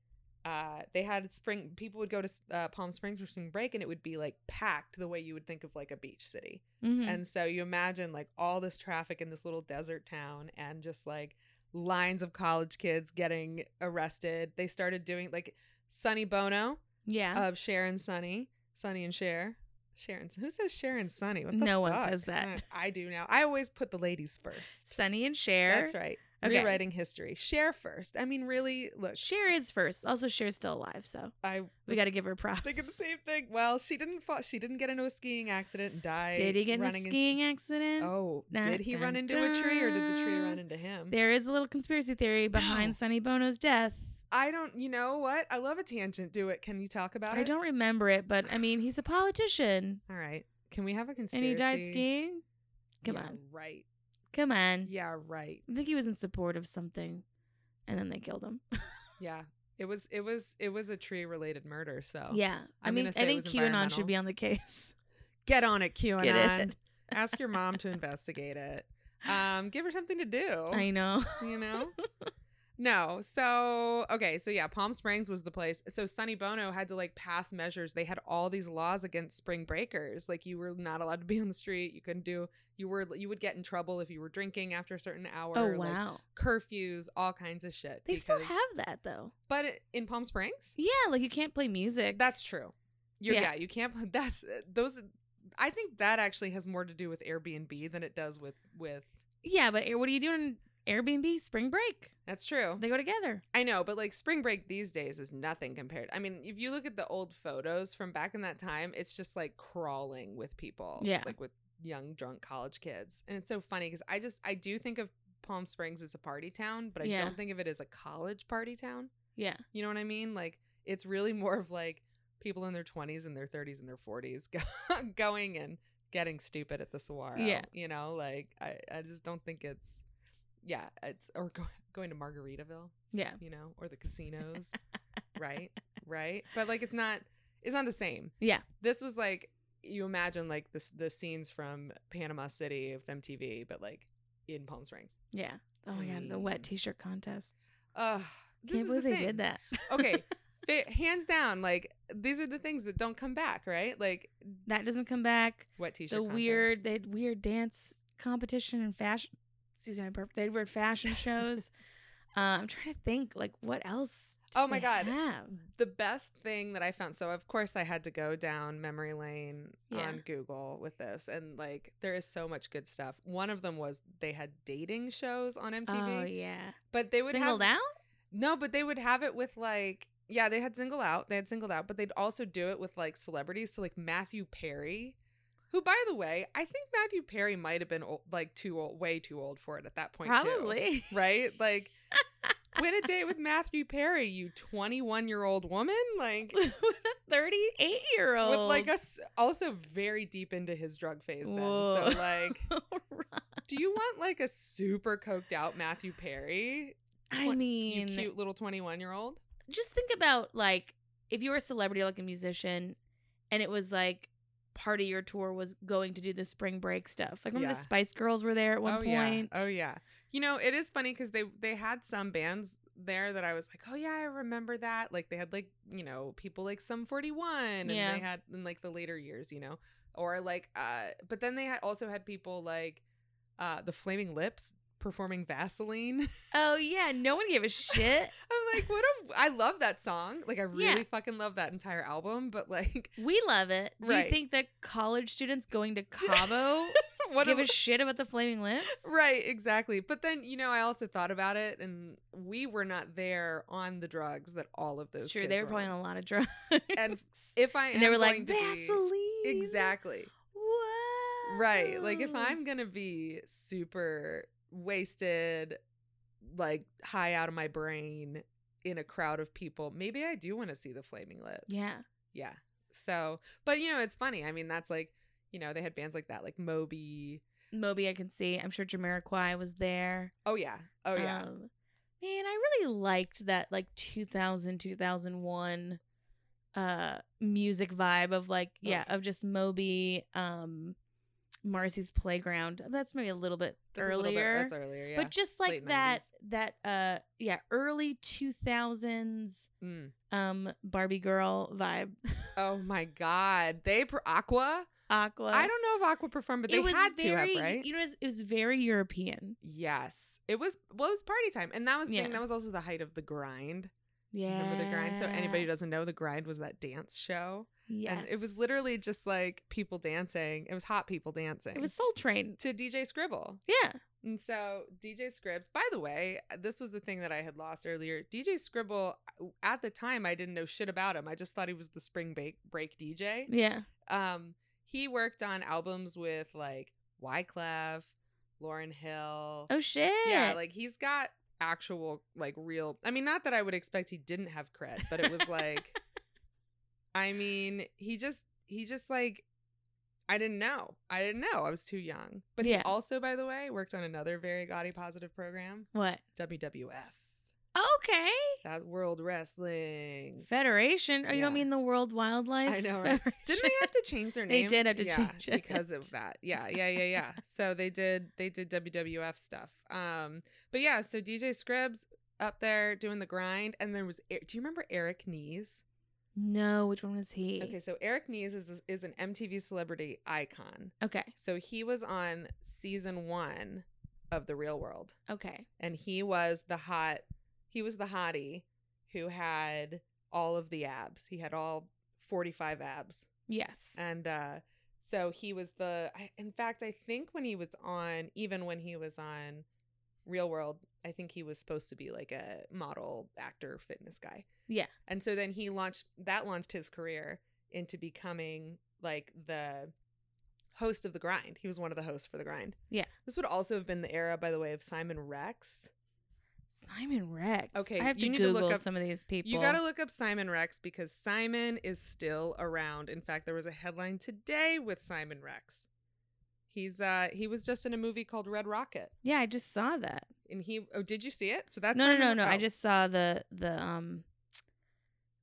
Speaker 4: uh they had spring people would go to uh, Palm Springs for spring break and it would be like packed the way you would think of like a beach city.
Speaker 3: Mhm.
Speaker 4: And so you imagine like all this traffic in this little desert town and just like lines of college kids getting arrested. They started doing like Sonny Bono
Speaker 3: yeah.
Speaker 4: of Cher and Sunny, Sunny and Cher. Sharon, who says Sharon and
Speaker 3: S-
Speaker 4: Sunny? What the
Speaker 3: no one
Speaker 4: fuck?
Speaker 3: says that.
Speaker 4: I I do now. I always put the ladies first.
Speaker 3: Sunny and Cher.
Speaker 4: That's right.
Speaker 3: Okay.
Speaker 4: Rewriting history. Share first. I mean, really, look.
Speaker 3: Cher is first. Also, Cher's still alive, so
Speaker 4: I
Speaker 3: we got to give her props.
Speaker 4: think it's the same thing. Well, she didn't fall. She didn't get into a skiing accident and die.
Speaker 3: Did he get in a
Speaker 4: running
Speaker 3: skiing accident?
Speaker 4: oh,
Speaker 3: Dun,
Speaker 4: did he run
Speaker 3: dun,
Speaker 4: into a tree or did the tree
Speaker 3: dun.
Speaker 4: run into him?
Speaker 3: There is a little conspiracy theory behind
Speaker 4: No.
Speaker 3: Sonny Bono's death.
Speaker 4: I don't. You know what? I love a tangent. Do it. Can you talk about it?
Speaker 3: I don't remember it, but I mean, he's a politician,
Speaker 4: All right. Can we have a
Speaker 3: and
Speaker 4: conspiracy?
Speaker 3: he died skiing. Come
Speaker 4: Yeah,
Speaker 3: on,
Speaker 4: Right.
Speaker 3: come on.
Speaker 4: Yeah. Right.
Speaker 3: I think he was in support of something, and then they killed him.
Speaker 4: Yeah. It was it was it was a tree related murder, so
Speaker 3: Yeah, I
Speaker 4: Oh. I'm
Speaker 3: mean,
Speaker 4: gonna
Speaker 3: I
Speaker 4: say it
Speaker 3: think
Speaker 4: was
Speaker 3: QAnon
Speaker 4: environmental.
Speaker 3: should be on the case.
Speaker 4: get on it,
Speaker 3: Get
Speaker 4: QAnon.
Speaker 3: it?
Speaker 4: Ask your mom to investigate it. Um, give her something to do.
Speaker 3: I know.
Speaker 4: You know? No. So okay, so yeah, Palm Springs was the place. So Sonny Bono had to like pass measures. They had all these laws against spring breakers. Like you were not allowed to be on the street. You couldn't do you were you would get in trouble if you were drinking after a certain hour.
Speaker 3: Oh
Speaker 4: like,
Speaker 3: wow,
Speaker 4: curfews, all kinds of shit.
Speaker 3: they still
Speaker 4: because-
Speaker 3: have that though.
Speaker 4: But in Palm Springs?
Speaker 3: Yeah, like you can't play music.
Speaker 4: That's true. You're,
Speaker 3: Yeah.
Speaker 4: yeah. you can't. pl- That's uh, those. I think that actually has more to do with Airbnb than it does with with.
Speaker 3: yeah, but eh, what are you doing? Airbnb spring break.
Speaker 4: That's true.
Speaker 3: They go together.
Speaker 4: I know, but like spring break these days is nothing compared. I mean, if you look at the old photos from back in that time, it's just like crawling with people.
Speaker 3: Yeah.
Speaker 4: like with young drunk college kids, and it's so funny because I just I do think of Palm Springs as a party town, but I
Speaker 3: Yeah.
Speaker 4: don't think of it as a college party town.
Speaker 3: Yeah.
Speaker 4: You know what I mean? Like it's really more of like people in their 20s and their 30s and their 40s go- going and getting stupid at the Saguaro.
Speaker 3: Yeah.
Speaker 4: You know, like I, I just don't think it's yeah, it's or go, going to Margaritaville,
Speaker 3: Yeah.
Speaker 4: you know, or the casinos. right? Right? But like it's not it's not the same.
Speaker 3: Yeah.
Speaker 4: This was like you imagine like this the scenes from Panama City of MTV, but like in Palm Springs.
Speaker 3: Yeah. Oh my god, the wet
Speaker 4: Mm.
Speaker 3: t-shirt contests.
Speaker 4: Ugh. this
Speaker 3: Can't
Speaker 4: is the
Speaker 3: believe they
Speaker 4: thing.
Speaker 3: did that.
Speaker 4: okay. Fa- hands down, like these are the things that don't come back, right? Like
Speaker 3: that doesn't come back.
Speaker 4: wet t-shirt.
Speaker 3: the weird
Speaker 4: contest.
Speaker 3: they had weird dance competition and fashion excuse me I burped. they had weird fashion shows uh, i'm trying to think like what else
Speaker 4: Oh my
Speaker 3: they
Speaker 4: god.
Speaker 3: have?
Speaker 4: the best thing that I found. So of course I had to go down memory lane
Speaker 3: Yeah.
Speaker 4: on Google with this, and like there is so much good stuff. One of them was they had dating shows on MTV,
Speaker 3: oh yeah
Speaker 4: but they would
Speaker 3: singled
Speaker 4: have
Speaker 3: out
Speaker 4: no, but they would have it with like yeah, they had single out, they had singled out, but they'd also do it with like celebrities. So like Matthew Perry, who by the way I think Matthew Perry might have been old, like too old, way too old for it at that point. too
Speaker 3: probably
Speaker 4: right? Like, win a date with Matthew Perry, you 21 year old woman. Like,
Speaker 3: with a 38 year old
Speaker 4: with like us also very deep into his drug phase then. So,
Speaker 3: Whoa.
Speaker 4: like, do you want like a super coked out Matthew Perry?
Speaker 3: i
Speaker 4: What,
Speaker 3: mean
Speaker 4: you cute little 21 year old.
Speaker 3: just think about like if you were a celebrity like a musician and it was like part of your tour was going to do the spring break stuff like remember
Speaker 4: Yeah.
Speaker 3: the spice girls were there at one
Speaker 4: Oh yeah.
Speaker 3: point
Speaker 4: Oh yeah. You know, it is funny because they they had some bands there that I was like, oh yeah, I remember that. Like they had like you know people like Sum Forty One, and
Speaker 3: Yeah.
Speaker 4: they had in like the later years, you know, or like uh, but then they had also had people like uh the Flaming Lips performing Vaseline.
Speaker 3: Oh yeah, no one gave a shit.
Speaker 4: I'm like, what a I love that song. Like I really
Speaker 3: Yeah.
Speaker 4: fucking love that entire album, but like
Speaker 3: We love it. Do
Speaker 4: Right.
Speaker 3: you think that college students going to Cabo
Speaker 4: what
Speaker 3: give
Speaker 4: a,
Speaker 3: a shit about the flaming lips?
Speaker 4: Right, exactly. But then, you know, I also thought about it, and we were not there on the drugs that all of those.
Speaker 3: Sure,
Speaker 4: kids
Speaker 3: they were probably on a lot of drugs.
Speaker 4: And If I
Speaker 3: And they
Speaker 4: am
Speaker 3: were
Speaker 4: going
Speaker 3: like
Speaker 4: to be-
Speaker 3: Vaseline.
Speaker 4: exactly
Speaker 3: What?
Speaker 4: right. Like
Speaker 3: Oh.
Speaker 4: if I'm gonna be super wasted, like high out of my brain in a crowd of people, maybe I do want to see the flaming lips.
Speaker 3: Yeah.
Speaker 4: yeah. So, but you know, it's funny. I mean, that's like, you know, they had bands like that, like Moby.
Speaker 3: Moby I can see. I'm sure Jamiroquai was there.
Speaker 4: Oh yeah, oh yeah.
Speaker 3: Um, man, I really liked that like 2000 2001 uh music vibe of like yeah,
Speaker 4: Ugh.
Speaker 3: of just Moby um Marcy's Playground. That's maybe a little bit
Speaker 4: That's a
Speaker 3: earlier.
Speaker 4: little bit- that's earlier. Yeah.
Speaker 3: But just like
Speaker 4: Late
Speaker 3: that that uh yeah, early 2000s
Speaker 4: Mm.
Speaker 3: um Barbie girl vibe.
Speaker 4: Oh my God! They per- Aqua.
Speaker 3: Aqua.
Speaker 4: I don't know if Aqua performed, but they had to have,
Speaker 3: very,
Speaker 4: right?
Speaker 3: You know, it was, it was very European.
Speaker 4: yes, it was. Well, it was party time, and that was the
Speaker 3: Yeah.
Speaker 4: thing. That was also the height of the grind.
Speaker 3: Yeah.
Speaker 4: Remember the grind? So anybody who doesn't know, the grind was that dance show,
Speaker 3: Yes.
Speaker 4: and it was literally just like people dancing. It was hot people dancing.
Speaker 3: It was Soul Train.
Speaker 4: to DJ Scribble.
Speaker 3: Yeah.
Speaker 4: And so DJ Scribs, by the way, this was the thing that I had lost earlier. DJ Scribble, uh, at the time, I didn't know shit about him. I just thought he was the spring break, break DJ.
Speaker 3: Yeah.
Speaker 4: Um, he worked on albums with like Wyclef, Lauren Hill.
Speaker 3: Oh shit.
Speaker 4: Yeah, like he's got actual like real. I mean, not that I would expect he didn't have cred, but it was like, I mean, he just he just like. I didn't know. I didn't know. I was too young. But he
Speaker 3: Yeah.
Speaker 4: also, by the way, worked on another very gaudy positive program,
Speaker 3: what?
Speaker 4: WWF,
Speaker 3: Okay.
Speaker 4: that World Wrestling.
Speaker 3: Federation. Oh, you
Speaker 4: Yeah.
Speaker 3: don't mean the World Wildlife?
Speaker 4: I know, right? Didn't they have to change their
Speaker 3: They
Speaker 4: name?
Speaker 3: did have to
Speaker 4: Yeah,
Speaker 3: change it.
Speaker 4: because of that. Yeah, yeah, yeah, yeah. so they did they did WWF stuff. Um, but yeah, so DJ Scribbs up there doing the grind, and there was E- do you remember Eric Knees?
Speaker 3: no, which one was he?
Speaker 4: Okay, so Eric Knees is is an MTV celebrity icon.
Speaker 3: Okay.
Speaker 4: So he was on season one of The Real World,
Speaker 3: Okay.
Speaker 4: and he was the hot he was the hottie who had all of the abs. He had all forty five abs.
Speaker 3: Yes.
Speaker 4: And uh, so he was the, I- in fact, I think when he was on, even when he was on Real World, I think he was supposed to be like a model, actor, fitness guy.
Speaker 3: Yeah.
Speaker 4: And so then he launched, that launched his career into becoming like the host of The Grind. He was one of the hosts for The Grind.
Speaker 3: Yeah.
Speaker 4: This would also have been the era, by the way, of Simon Rex.
Speaker 3: Simon Rex.
Speaker 4: Okay,
Speaker 3: I have to
Speaker 4: you need to
Speaker 3: Google
Speaker 4: look up-
Speaker 3: some of these people.
Speaker 4: You got to look up Simon Rex because Simon is still around. In fact, there was a headline today with Simon Rex. He's uh he was just in a movie called Red Rocket,
Speaker 3: Yeah, I just saw that.
Speaker 4: and he oh did you see it? So that's
Speaker 3: no, no,
Speaker 4: Simon-
Speaker 3: no, no. I
Speaker 4: oh,
Speaker 3: just saw the the um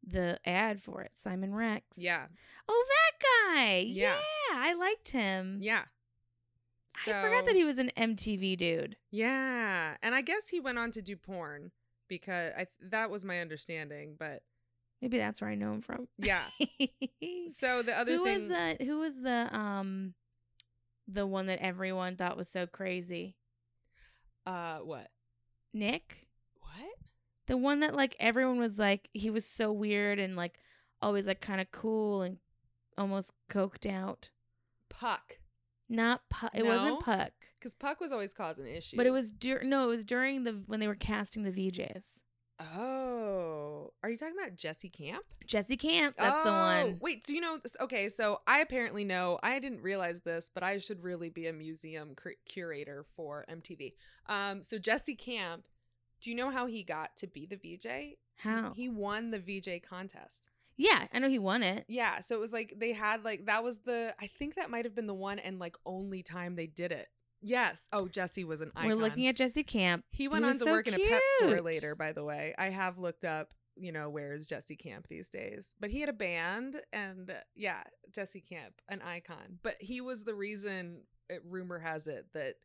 Speaker 3: the ad for it. Simon Rex.
Speaker 4: yeah
Speaker 3: Oh, that guy. Yeah,
Speaker 4: Yeah.
Speaker 3: I liked him.
Speaker 4: yeah.
Speaker 3: I forgot
Speaker 4: So-
Speaker 3: that he was an MTV dude.
Speaker 4: Yeah, and I guess he went on to do porn because I that was my understanding. But
Speaker 3: Maybe that's where I know him from.
Speaker 4: yeah, so the other
Speaker 3: who
Speaker 4: thing,
Speaker 3: was the who was the um the one that everyone thought was so crazy?
Speaker 4: uh, what?
Speaker 3: Nick?
Speaker 4: What?
Speaker 3: The one that like everyone was like he was so weird and like always like kind of cool and almost coked out.
Speaker 4: Puck,
Speaker 3: Not Puck. It wasn't
Speaker 4: No?
Speaker 3: Puck.
Speaker 4: because Puck was always causing issues.
Speaker 3: But it was dur- no, it was during the when they were casting the VJs.
Speaker 4: Oh, are you talking about Jesse Camp?
Speaker 3: Jesse Camp, that's the
Speaker 4: Oh,
Speaker 3: one.
Speaker 4: Wait, so you know? Okay, so I apparently know. I didn't realize this, but I should really be a museum cur- curator for MTV. Um, so Jesse Camp, do you know how he got to be the VJ?
Speaker 3: How?
Speaker 4: He won the VJ contest.
Speaker 3: yeah, I know he won it.
Speaker 4: Yeah, so it was like they had like that was the I think that might have been the one and like only time they did it. Yes. Oh, Jesse was an icon.
Speaker 3: We're looking at Jesse Camp.
Speaker 4: He went on
Speaker 3: was
Speaker 4: to
Speaker 3: so
Speaker 4: work in a pet store
Speaker 3: cute.
Speaker 4: later, by the way. I have looked up, you know, where is Jesse Camp these days? But he had a band and uh, yeah, Jesse Camp, an icon. But he was the reason it, rumor has it that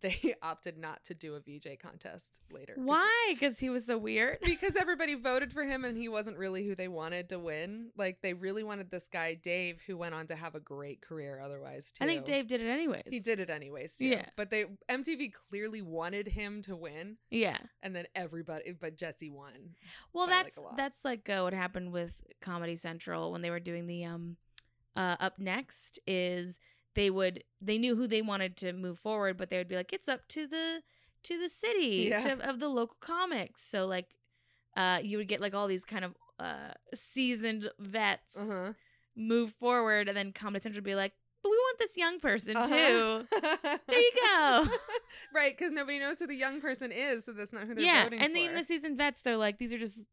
Speaker 4: they opted not to do a VJ contest later. 'cause
Speaker 3: Why? Because he was so weird.
Speaker 4: because everybody voted for him and he wasn't really who they wanted to win. Like they really wanted this guy Dave, who went on to have a great career otherwise too.
Speaker 3: I think Dave did it anyways.
Speaker 4: he did it anyways too.
Speaker 3: Yeah.
Speaker 4: But they MTV clearly wanted him to win,
Speaker 3: Yeah.
Speaker 4: and then everybody but Jesse won.
Speaker 3: Well,
Speaker 4: by, like,
Speaker 3: that's
Speaker 4: a lot.
Speaker 3: that's like uh, what happened with Comedy Central when they were doing the um uh up next is they would they knew who they wanted to move forward, but they would be like it's up to the to the city
Speaker 4: Yeah.
Speaker 3: to, of the local comics. So like uh you would get like all these kind of uh seasoned vets
Speaker 4: Uh-huh.
Speaker 3: move forward and then Comedy Central would be like, "But we want this young person too."
Speaker 4: Uh-huh.
Speaker 3: There you go.
Speaker 4: right, because nobody knows who the young person is, so that's not who they're
Speaker 3: yeah,
Speaker 4: voting
Speaker 3: and
Speaker 4: for.
Speaker 3: then even the seasoned vets, they're like, these are just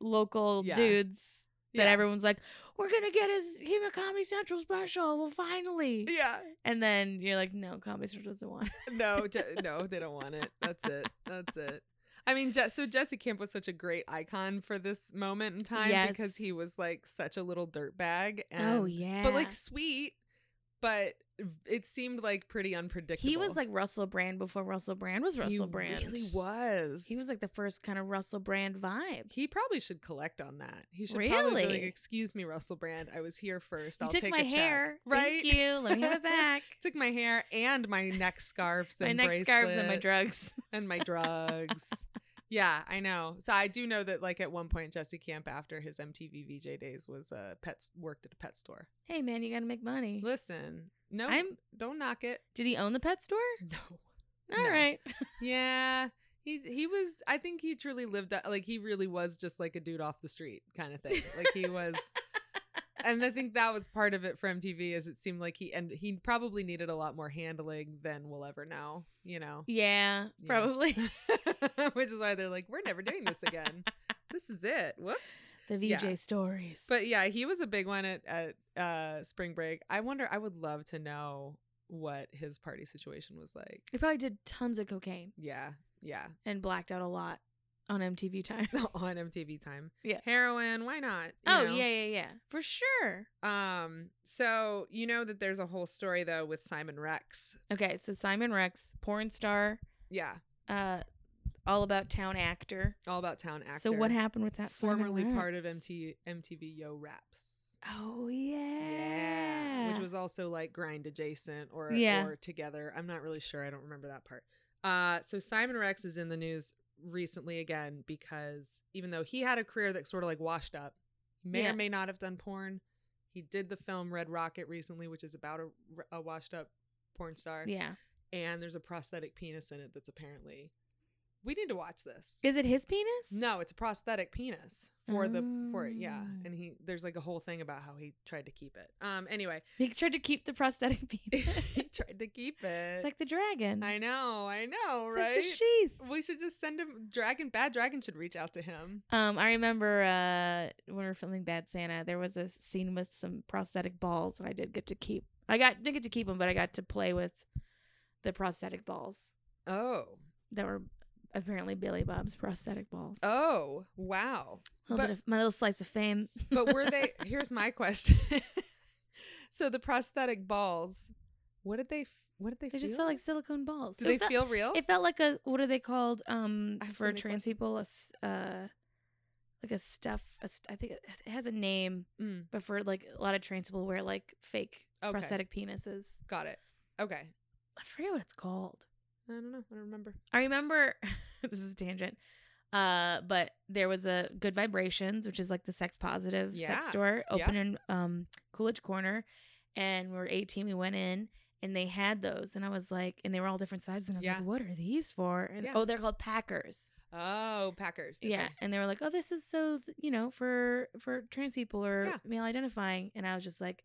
Speaker 3: local
Speaker 4: Yeah.
Speaker 3: dudes that
Speaker 4: yeah.
Speaker 3: everyone's like, "We're gonna get his him a Comedy Central special." Well, finally,
Speaker 4: Yeah.
Speaker 3: and then you're like, "No, Comedy Central doesn't want." it."
Speaker 4: No, Je- no, they don't want it. That's it. That's it. I mean, Je- so Jesse Camp was such a great icon for this moment in time
Speaker 3: Yes.
Speaker 4: because he was like such a little dirtbag. And,
Speaker 3: oh yeah,
Speaker 4: But like sweet, but it seemed like pretty unpredictable.
Speaker 3: he was like Russell Brand before Russell Brand was Russell
Speaker 4: he
Speaker 3: Brand.
Speaker 4: really was.
Speaker 3: He was like the first kind of Russell Brand vibe.
Speaker 4: He probably should collect on that. He should probably be like,
Speaker 3: Really?
Speaker 4: "Excuse me, Russell Brand. I was here first.
Speaker 3: You
Speaker 4: I'll
Speaker 3: took
Speaker 4: take
Speaker 3: my
Speaker 4: a check."
Speaker 3: hair,
Speaker 4: Right?
Speaker 3: Thank you. Let me have it back.
Speaker 4: took my hair and my neck scarves.
Speaker 3: my
Speaker 4: and
Speaker 3: neck scarves and my
Speaker 4: bracelet.
Speaker 3: drugs.
Speaker 4: and my drugs. yeah, I know. So I do know that like at one point Jesse Camp after his MTV VJ days was uh, pet worked at a pet store.
Speaker 3: Hey man, you gotta make money.
Speaker 4: Listen, no,
Speaker 3: I'm-
Speaker 4: don't knock it.
Speaker 3: Did he own the pet store?
Speaker 4: No.
Speaker 3: All
Speaker 4: No.
Speaker 3: right.
Speaker 4: Yeah. He's, he was I think he truly lived like he really was just like a dude off the street kind of thing. Like he was and I think that was part of it for MTV is it seemed like he and he probably needed a lot more handling than we'll ever know, you know.
Speaker 3: Yeah,
Speaker 4: Yeah.
Speaker 3: probably.
Speaker 4: which is why they're like, we're never doing this again. this is it. Whoops.
Speaker 3: The VJ
Speaker 4: Yeah.
Speaker 3: stories.
Speaker 4: But yeah, he was a big one at, at uh, spring break. I wonder. I would love to know what his party situation was like.
Speaker 3: he probably did tons of cocaine
Speaker 4: Yeah, yeah.
Speaker 3: and blacked out a lot on MTV time.
Speaker 4: On MTV time.
Speaker 3: Yeah.
Speaker 4: Heroin. Why not? you
Speaker 3: oh
Speaker 4: know?
Speaker 3: yeah, yeah, yeah, for sure.
Speaker 4: Um. So you know that there's a whole story though with Simon Rex.
Speaker 3: Okay, so Simon Rex, porn star,
Speaker 4: Yeah.
Speaker 3: uh, all about town actor.
Speaker 4: All about town actor.
Speaker 3: So what happened with that? Simon
Speaker 4: Formerly part of
Speaker 3: Rex?
Speaker 4: MT- MTV Yo Raps.
Speaker 3: Oh yeah,
Speaker 4: Yeah. Which was also like grind adjacent or,
Speaker 3: Yeah.
Speaker 4: or together. I'm not really sure. I don't remember that part. Uh, so Simon Rex is in the news recently again because even though he had a career that sort of like washed up, may
Speaker 3: Yeah.
Speaker 4: or may not have done porn, he did the film Red Rocket recently, which is about a, a washed up porn star.
Speaker 3: yeah.
Speaker 4: And there's a prosthetic penis in it that's apparently. We need to watch this.
Speaker 3: Is it his penis?
Speaker 4: No, it's a prosthetic penis for the for it, yeah.
Speaker 3: Oh.
Speaker 4: And he there's like a whole thing about how he tried to keep it. Um anyway,
Speaker 3: he tried to keep the prosthetic penis.
Speaker 4: he tried to keep it.
Speaker 3: it's like the dragon.
Speaker 4: I know, I know,
Speaker 3: It's
Speaker 4: right?
Speaker 3: Like the sheath.
Speaker 4: we should just send him Dragon Bad Dragon should reach out to him.
Speaker 3: Um, I remember uh, when we were filming Bad Santa, there was a scene with some prosthetic balls that I did get to keep. I got didn't get to keep them, but I got to play with the prosthetic balls
Speaker 4: Oh.
Speaker 3: that were apparently Billy Bob's prosthetic balls.
Speaker 4: Oh, wow.
Speaker 3: Oh, a little
Speaker 4: but-
Speaker 3: bit of my little slice of fame.
Speaker 4: But were they Here's my question. so the prosthetic balls, what did they f- what did they,
Speaker 3: they
Speaker 4: feel?
Speaker 3: just felt like silicone balls.
Speaker 4: Do
Speaker 3: It
Speaker 4: they
Speaker 3: felt-
Speaker 4: feel real?
Speaker 3: It felt like a what are they called um
Speaker 4: I have so
Speaker 3: for
Speaker 4: many
Speaker 3: trans people? A s- uh, like a stuff. A st- I think it it has a name,
Speaker 4: Mm.
Speaker 3: but for like a lot of trans people wear like fake
Speaker 4: Okay.
Speaker 3: prosthetic penises.
Speaker 4: Got it. Okay.
Speaker 3: I forget what it's called.
Speaker 4: I don't know. I don't remember.
Speaker 3: I remember this is a tangent. Uh, but there was a Good Vibrations, which is like the sex positive sex
Speaker 4: Yeah,
Speaker 3: store,
Speaker 4: yeah.
Speaker 3: open in um Coolidge Corner, and we were eighteen. We went in and they had those, and I was like, and they were all different sizes, and I was
Speaker 4: Yeah.
Speaker 3: like, what are these for? And
Speaker 4: Yeah.
Speaker 3: oh, they're called Packers.
Speaker 4: Oh, Packers. did
Speaker 3: Yeah,
Speaker 4: they?
Speaker 3: and they were like, oh, this is so th- you know for for trans people or
Speaker 4: Yeah.
Speaker 3: male identifying, and I was just like,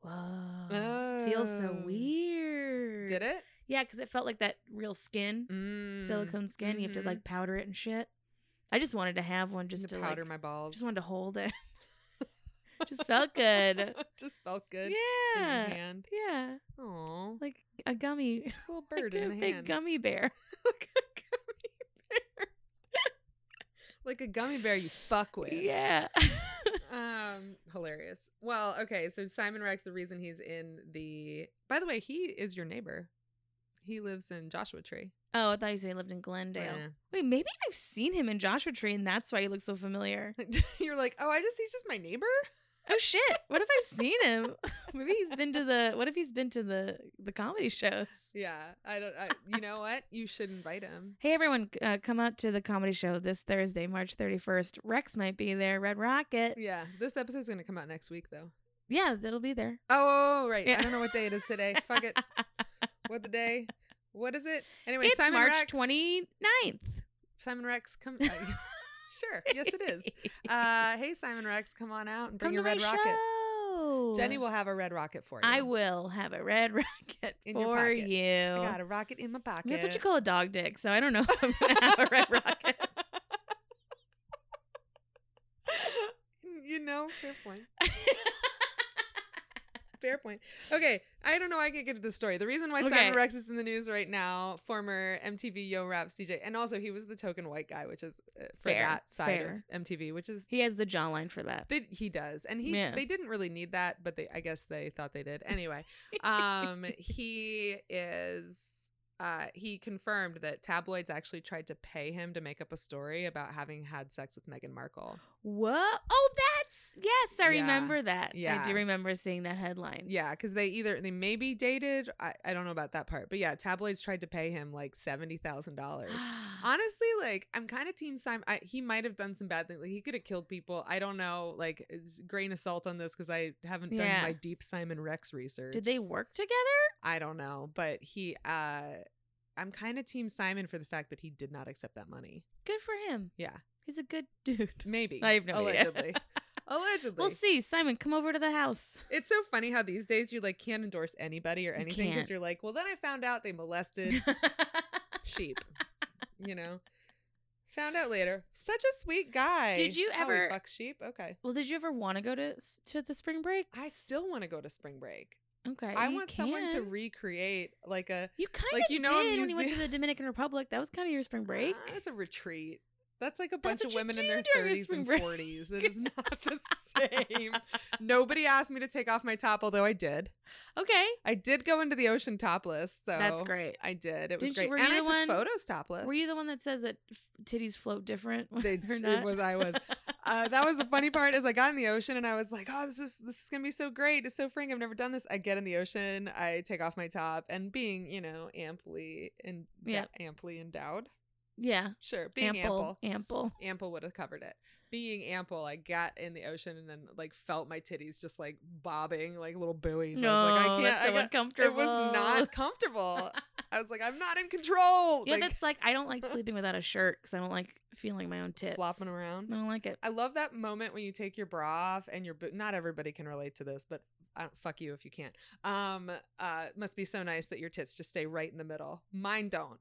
Speaker 3: whoa, feels so
Speaker 4: Oh.
Speaker 3: weird.
Speaker 4: Did it?
Speaker 3: Yeah, because it felt like that real skin
Speaker 4: Mm.
Speaker 3: silicone skin. You have
Speaker 4: mhm.
Speaker 3: to like powder it and shit. I just wanted to have one just to,
Speaker 4: to powder
Speaker 3: like,
Speaker 4: my balls.
Speaker 3: just wanted to hold it. just felt good.
Speaker 4: just felt good. In your
Speaker 3: Yeah,
Speaker 4: hand.
Speaker 3: yeah,
Speaker 4: Aw.
Speaker 3: like a gummy,
Speaker 4: Little
Speaker 3: like
Speaker 4: bird
Speaker 3: a
Speaker 4: in a
Speaker 3: big
Speaker 4: hand.
Speaker 3: gummy bear.
Speaker 4: like a gummy bear. like a gummy bear you fuck with.
Speaker 3: Yeah,
Speaker 4: Um, hilarious. Well, okay, so Simon Rex, the reason he's in the By the way, he is your neighbor. He lives in Joshua Tree.
Speaker 3: Oh, I thought you said he lived in Glendale. Wait, maybe I've seen him in Joshua Tree, and that's why he looks so familiar.
Speaker 4: Yeah. You're like, oh, I just he's just my neighbor?
Speaker 3: Oh shit! What if I've seen him? maybe he's been to the. What if he's been to the the comedy shows?
Speaker 4: Yeah. I don't I, you know what? You should invite him.
Speaker 3: Hey everyone, c- uh, come out to the comedy show this Thursday, March 31st. Rex might be there, Red Rocket.
Speaker 4: Yeah. This episode's gonna come out next week though.
Speaker 3: Yeah, that'll be there.
Speaker 4: Oh, right.
Speaker 3: Yeah.
Speaker 4: I don't know what day it is today. Fuck it. What the day? What is it? Anyway,
Speaker 3: it's
Speaker 4: Simon
Speaker 3: March
Speaker 4: Rex.
Speaker 3: twenty 29th.
Speaker 4: Simon Rex, come. Uh, sure. Yes, it is. Uh, hey, Simon Rex, come on out and bring
Speaker 3: come
Speaker 4: your
Speaker 3: to
Speaker 4: red
Speaker 3: my
Speaker 4: rocket.
Speaker 3: show.
Speaker 4: Jenny will have a red rocket for you.
Speaker 3: I will have a Red Rocket
Speaker 4: In your
Speaker 3: for
Speaker 4: pocket.
Speaker 3: you.
Speaker 4: I got a rocket in my pocket.
Speaker 3: That's what you call a dog dick, so I don't know if I'm going to have a Red Rocket.
Speaker 4: you know, fair point. Fair point. Okay, I don't know. I can get to the story. The reason why
Speaker 3: Okay.
Speaker 4: Simon Rex is in the news right now, former MTV Yo Raps DJ, and also he was the token white guy, which is uh, for
Speaker 3: Fair,
Speaker 4: that side
Speaker 3: fair.
Speaker 4: of MTV, which is
Speaker 3: he has the jawline for that.
Speaker 4: They, he does, and he
Speaker 3: Yeah.
Speaker 4: they didn't really need that, but they I guess they thought they did anyway. Um, he is. Uh, he confirmed that tabloids actually tried to pay him to make up a story about having had sex with Meghan Markle.
Speaker 3: What? Oh, that's. Yes, I
Speaker 4: Yeah.
Speaker 3: remember that. I
Speaker 4: Yeah.
Speaker 3: do remember seeing that headline.
Speaker 4: Yeah, because they either they maybe dated. I, I don't know about that part, but yeah, tabloids tried to pay him like seventy thousand dollars. Honestly, like I'm kind of team Simon. I, he might have done some bad things. Like he could have killed people. I don't know. Like it's grain of salt on this because I haven't done
Speaker 3: Yeah.
Speaker 4: my deep Simon Rex research.
Speaker 3: Did they work together?
Speaker 4: I don't know, but he uh I'm kind of team Simon for the fact that he did not accept that money.
Speaker 3: Good for him.
Speaker 4: Yeah.
Speaker 3: He's a good dude.
Speaker 4: Maybe.
Speaker 3: I have no idea.
Speaker 4: allegedly. allegedly.
Speaker 3: We'll see. Simon, come over to the house.
Speaker 4: It's so funny how these days you like can't endorse anybody or anything
Speaker 3: can't.
Speaker 4: because you're like, well, then I found out they molested sheep. You know, found out later. Such a sweet guy.
Speaker 3: Did you
Speaker 4: Oh, he
Speaker 3: ever-
Speaker 4: fucks sheep? Okay.
Speaker 3: well, did you ever want to go to s- to the spring breaks?
Speaker 4: I still want to go to spring break.
Speaker 3: okay.
Speaker 4: I
Speaker 3: Uh, you
Speaker 4: want someone to
Speaker 3: can.
Speaker 4: recreate like a
Speaker 3: you kind of
Speaker 4: like, you know, in
Speaker 3: did when you went
Speaker 4: Museum-
Speaker 3: to the Dominican Republic. That was kind of your spring break.
Speaker 4: Uh, it's a retreat. That's like a
Speaker 3: That's
Speaker 4: bunch
Speaker 3: what
Speaker 4: of
Speaker 3: you
Speaker 4: women in
Speaker 3: do
Speaker 4: their
Speaker 3: during a
Speaker 4: 30s
Speaker 3: spring
Speaker 4: and
Speaker 3: break.
Speaker 4: 40s. That is not the same. Nobody asked me to take off my top, although I did.
Speaker 3: okay,
Speaker 4: I did go into the ocean topless. So
Speaker 3: that's great.
Speaker 4: I did. It was
Speaker 3: Didn't
Speaker 4: great.
Speaker 3: you- were
Speaker 4: and
Speaker 3: you
Speaker 4: I
Speaker 3: the
Speaker 4: took
Speaker 3: one-
Speaker 4: photos topless.
Speaker 3: Were you the one that says that f- titties float different?
Speaker 4: They-
Speaker 3: or
Speaker 4: it
Speaker 3: not?
Speaker 4: was I was. Uh, that was the funny part is I got in the ocean and I was like, oh, this is this is gonna be so great. It's so freeing. I've never done this. I get in the ocean, I take off my top, and being you know amply and
Speaker 3: Yeah.
Speaker 4: amply endowed,
Speaker 3: yeah,
Speaker 4: sure, being ample,
Speaker 3: ample, ample.
Speaker 4: Ample would have covered it. Being ample, I got in the ocean and then like felt my titties just like bobbing like little buoys.
Speaker 3: No,
Speaker 4: I was like, I can't.
Speaker 3: that's
Speaker 4: I
Speaker 3: so
Speaker 4: got-
Speaker 3: uncomfortable.
Speaker 4: it was not comfortable. I was like, I'm not in control.
Speaker 3: Yeah,
Speaker 4: like,
Speaker 3: that's like I don't like sleeping without a shirt because I don't like feeling my own tits.
Speaker 4: flopping
Speaker 3: I
Speaker 4: around.
Speaker 3: don't like it.
Speaker 4: I love that moment when you take your bra off and your bo- not everybody can relate to this, but I don't, fuck you if you can't. Um, uh, must be so nice that your tits just stay right in the middle. Mine don't.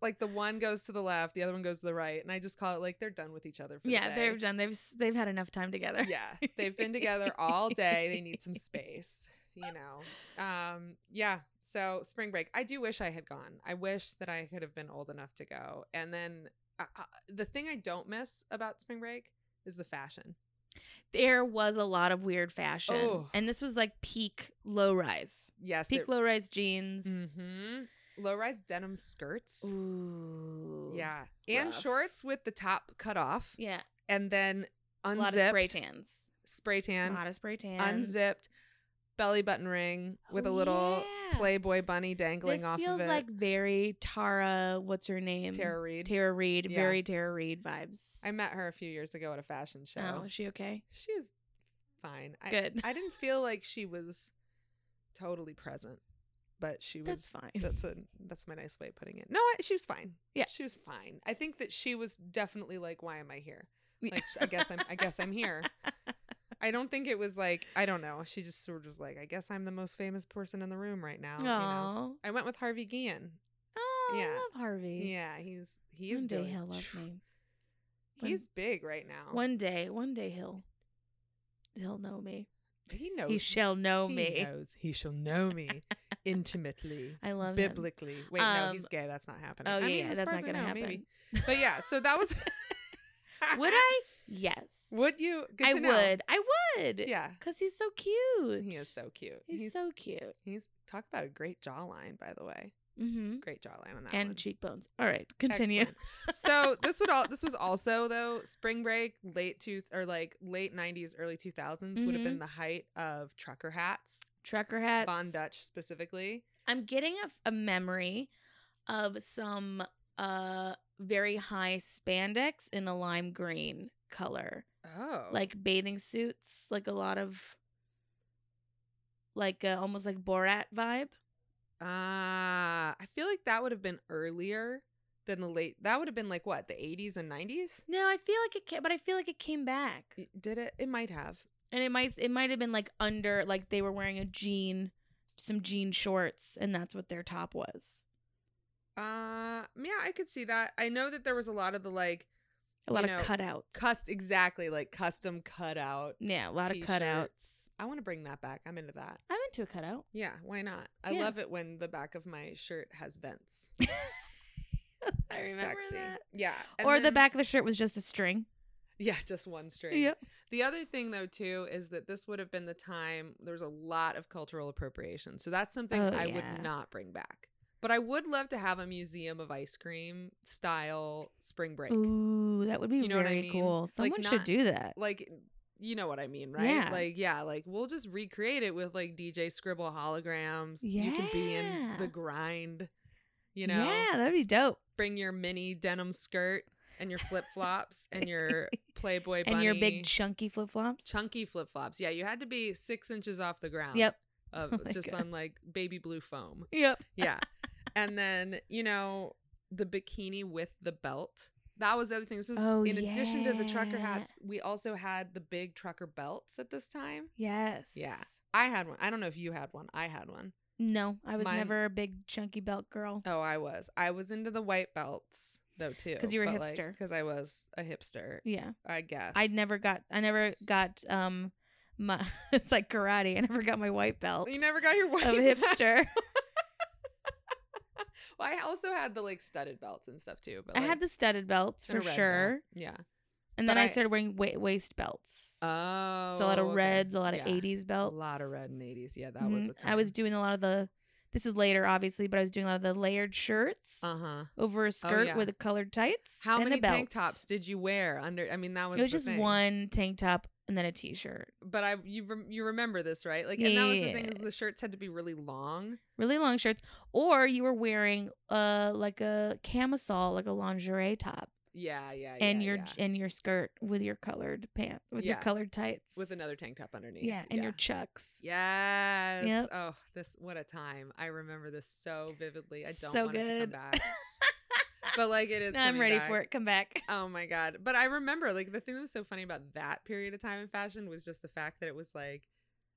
Speaker 4: like the one goes to the left, the other one goes to the right, and I just call it like they're done with each other. For the
Speaker 3: yeah,
Speaker 4: day.
Speaker 3: they've done. They've s- they've had enough time together.
Speaker 4: yeah they've been together all day they need some space you know um yeah so spring break i do wish i had gone i wish that i could have been old enough to go and then uh, uh, the thing i don't miss about spring break is the fashion
Speaker 3: There was a lot of weird fashion,
Speaker 4: Oh.
Speaker 3: and this was like peak low rise,
Speaker 4: yes
Speaker 3: peak low rise jeans.
Speaker 4: mm-hmm. low-rise denim skirts
Speaker 3: Ooh,
Speaker 4: Mm-hmm. yeah and
Speaker 3: rough.
Speaker 4: shorts with the top cut off
Speaker 3: yeah.
Speaker 4: and then
Speaker 3: A lot of spray
Speaker 4: unzipped
Speaker 3: tans.
Speaker 4: spray
Speaker 3: A
Speaker 4: tan
Speaker 3: lot of spray tans.
Speaker 4: unzipped belly button ring with
Speaker 3: Oh,
Speaker 4: a little
Speaker 3: yeah.
Speaker 4: playboy bunny dangling
Speaker 3: This
Speaker 4: off
Speaker 3: feels
Speaker 4: of it
Speaker 3: like very Tara. What's her name?
Speaker 4: Tara Reid.
Speaker 3: Tara Reid.
Speaker 4: Yeah.
Speaker 3: Very Tara Reid vibes.
Speaker 4: I met her a few years ago at a fashion show.
Speaker 3: Oh, is she okay?
Speaker 4: she was fine. I,
Speaker 3: Good.
Speaker 4: I didn't feel like she was totally present, but she was.
Speaker 3: That's fine.
Speaker 4: That's a that's my nice way of putting it. No, I, she was fine.
Speaker 3: Yeah.
Speaker 4: she was fine. I think that she was definitely like, "Why am I here?"
Speaker 3: Yeah.
Speaker 4: Like, sh- I guess I'm. I guess I'm here. I don't think it was like I don't know. She just sort of was like, "I guess I'm the most famous person in the room right now."
Speaker 3: Aw.
Speaker 4: you know? I went with Harvey Guillen.
Speaker 3: Oh, I
Speaker 4: Yeah.
Speaker 3: love Harvey.
Speaker 4: Yeah, he's he's
Speaker 3: one day
Speaker 4: doing,
Speaker 3: he'll love me. One-
Speaker 4: He's big right now.
Speaker 3: One day, one day he'll he'll know me.
Speaker 4: Oh, he knows
Speaker 3: He shall know
Speaker 4: he
Speaker 3: me.
Speaker 4: knows. He shall know me intimately,
Speaker 3: I love him.
Speaker 4: biblically. Wait, no, he's
Speaker 3: Um,
Speaker 4: gay. That's not happening.
Speaker 3: Oh
Speaker 4: I
Speaker 3: yeah,
Speaker 4: mean,
Speaker 3: yeah,
Speaker 4: as
Speaker 3: that's
Speaker 4: far
Speaker 3: not
Speaker 4: as I
Speaker 3: gonna
Speaker 4: know,
Speaker 3: happen.
Speaker 4: maybe. But yeah, so that was.
Speaker 3: Would I? Yes.
Speaker 4: Would you? Good
Speaker 3: I
Speaker 4: to know.
Speaker 3: would. I would.
Speaker 4: Yeah,
Speaker 3: Cause he's so cute.
Speaker 4: he is so cute.
Speaker 3: He's, so cute.
Speaker 4: he's talk about a great jawline, by the way.
Speaker 3: Mm-hmm.
Speaker 4: Great jawline on that
Speaker 3: And
Speaker 4: one.
Speaker 3: cheekbones. All right, continue.
Speaker 4: Excellent. so this would all this was also though spring break late two or like late 90s early 2000s would have
Speaker 3: Mhm.
Speaker 4: been the height of trucker hats
Speaker 3: Trucker hats.
Speaker 4: von dutch specifically
Speaker 3: I'm getting a, f- a memory of some uh very high spandex in a lime green color,
Speaker 4: oh
Speaker 3: like bathing suits, like a lot of like uh, almost like Borat vibe.
Speaker 4: Ah, I feel like that would have been earlier than the late. That would have been like what the eighties and nineties.
Speaker 3: No, I feel like it, ca- but I feel like it came back,
Speaker 4: Did it? It might have.
Speaker 3: and it might it might have been like under like they were wearing a jean, some jean shorts, and that's what their top was.
Speaker 4: Uh, yeah, I could see that. I know that there was a lot of the like
Speaker 3: A lot
Speaker 4: You
Speaker 3: of
Speaker 4: know,
Speaker 3: cutouts.
Speaker 4: cust exactly like custom cutout.
Speaker 3: yeah, a lot of cutouts.
Speaker 4: t-shirts. I want to bring that back. I'm into that.
Speaker 3: I'm into a cutout.
Speaker 4: Yeah, why not? I
Speaker 3: Yeah.
Speaker 4: love it when the back of my shirt has vents.
Speaker 3: I remember
Speaker 4: Sexy.
Speaker 3: that.
Speaker 4: Yeah, and
Speaker 3: or the
Speaker 4: then-
Speaker 3: back of the shirt was just a string.
Speaker 4: Yeah, just one string. The other thing, though, too, is that this would have been the time there was a lot of cultural appropriation. So that's something
Speaker 3: Oh,
Speaker 4: I
Speaker 3: yeah.
Speaker 4: would not bring back. But I would love to have a museum of ice cream style spring break.
Speaker 3: Ooh, that would be
Speaker 4: You know what I
Speaker 3: very
Speaker 4: mean?
Speaker 3: cool.
Speaker 4: Like,
Speaker 3: Someone should
Speaker 4: not-
Speaker 3: do that.
Speaker 4: Like, you know what I mean, right?
Speaker 3: Yeah.
Speaker 4: Like, yeah, like we'll just recreate it with like DJ Scribble holograms. You can be in
Speaker 3: Yeah.
Speaker 4: the grind, you know?
Speaker 3: yeah, that'd be dope.
Speaker 4: Bring your mini denim skirt and your flip flops and your Playboy bunny.
Speaker 3: And your big chunky flip flops.
Speaker 4: chunky flip flops. Yeah, you had to be six inches off the ground.
Speaker 3: Yep.
Speaker 4: of
Speaker 3: Oh my
Speaker 4: just
Speaker 3: God.
Speaker 4: on like baby blue foam.
Speaker 3: Yep.
Speaker 4: Yeah. and then, you know, the bikini with the belt. That was the other thing. This was
Speaker 3: Oh,
Speaker 4: in addition to the trucker
Speaker 3: yeah.
Speaker 4: hats, we also had the big trucker belts at this time.
Speaker 3: Yes.
Speaker 4: Yeah. I had one. I don't know if you had one. I had one.
Speaker 3: No, I was
Speaker 4: Mine-
Speaker 3: never a big chunky belt girl.
Speaker 4: Oh, I was. I was into the white belts though too.
Speaker 3: 'Cause you were a hipster.
Speaker 4: Because I was a hipster,
Speaker 3: Yeah.
Speaker 4: I guess.
Speaker 3: I never got I never got um my it's like karate. I never got my white belt
Speaker 4: You never got your white
Speaker 3: of
Speaker 4: belt.
Speaker 3: hipster.
Speaker 4: Well, I also had the like studded belts and stuff too. But
Speaker 3: I had
Speaker 4: like,
Speaker 3: the studded belts
Speaker 4: and
Speaker 3: for
Speaker 4: a red belt.
Speaker 3: sure.
Speaker 4: Yeah.
Speaker 3: And
Speaker 4: But
Speaker 3: then I,
Speaker 4: I-
Speaker 3: started wearing wa- waist belts.
Speaker 4: Oh.
Speaker 3: so a lot of
Speaker 4: okay.
Speaker 3: reds, a lot of
Speaker 4: Yeah.
Speaker 3: 80s
Speaker 4: A
Speaker 3: belts.
Speaker 4: lot of red in the 80s. Yeah, that was
Speaker 3: Mhm.
Speaker 4: a time.
Speaker 3: I was doing a lot of the this is later obviously, but I was doing a lot of the layered shirts
Speaker 4: Uh-huh.
Speaker 3: over a skirt
Speaker 4: yeah.
Speaker 3: with a colored tights.
Speaker 4: How
Speaker 3: and a
Speaker 4: many tank
Speaker 3: belt.
Speaker 4: tops did you wear under I mean that was
Speaker 3: it was
Speaker 4: the
Speaker 3: just
Speaker 4: thing.
Speaker 3: one tank top and then a t shirt.
Speaker 4: But I you rem- you remember this, right? Like and that was the thing
Speaker 3: Yeah.
Speaker 4: is the shirts had to be really long.
Speaker 3: Really long shirts. Or you were wearing uh like a camisole, like a lingerie top.
Speaker 4: Yeah, yeah,
Speaker 3: And
Speaker 4: Uh, yeah,
Speaker 3: your
Speaker 4: yeah.
Speaker 3: and your skirt with your colored pant with your
Speaker 4: Yeah.
Speaker 3: colored tights.
Speaker 4: with another tank top underneath.
Speaker 3: Yeah, and your chucks.
Speaker 4: Yes.
Speaker 3: Yep.
Speaker 4: Oh, this what a time. I remember this so vividly. I don't
Speaker 3: So
Speaker 4: want it to come
Speaker 3: good.
Speaker 4: back. but like it is
Speaker 3: Now I'm
Speaker 4: coming
Speaker 3: ready
Speaker 4: back.
Speaker 3: for it. Come back.
Speaker 4: Oh my god. But I remember like the thing that was so funny about that period of time in fashion was just the fact that it was like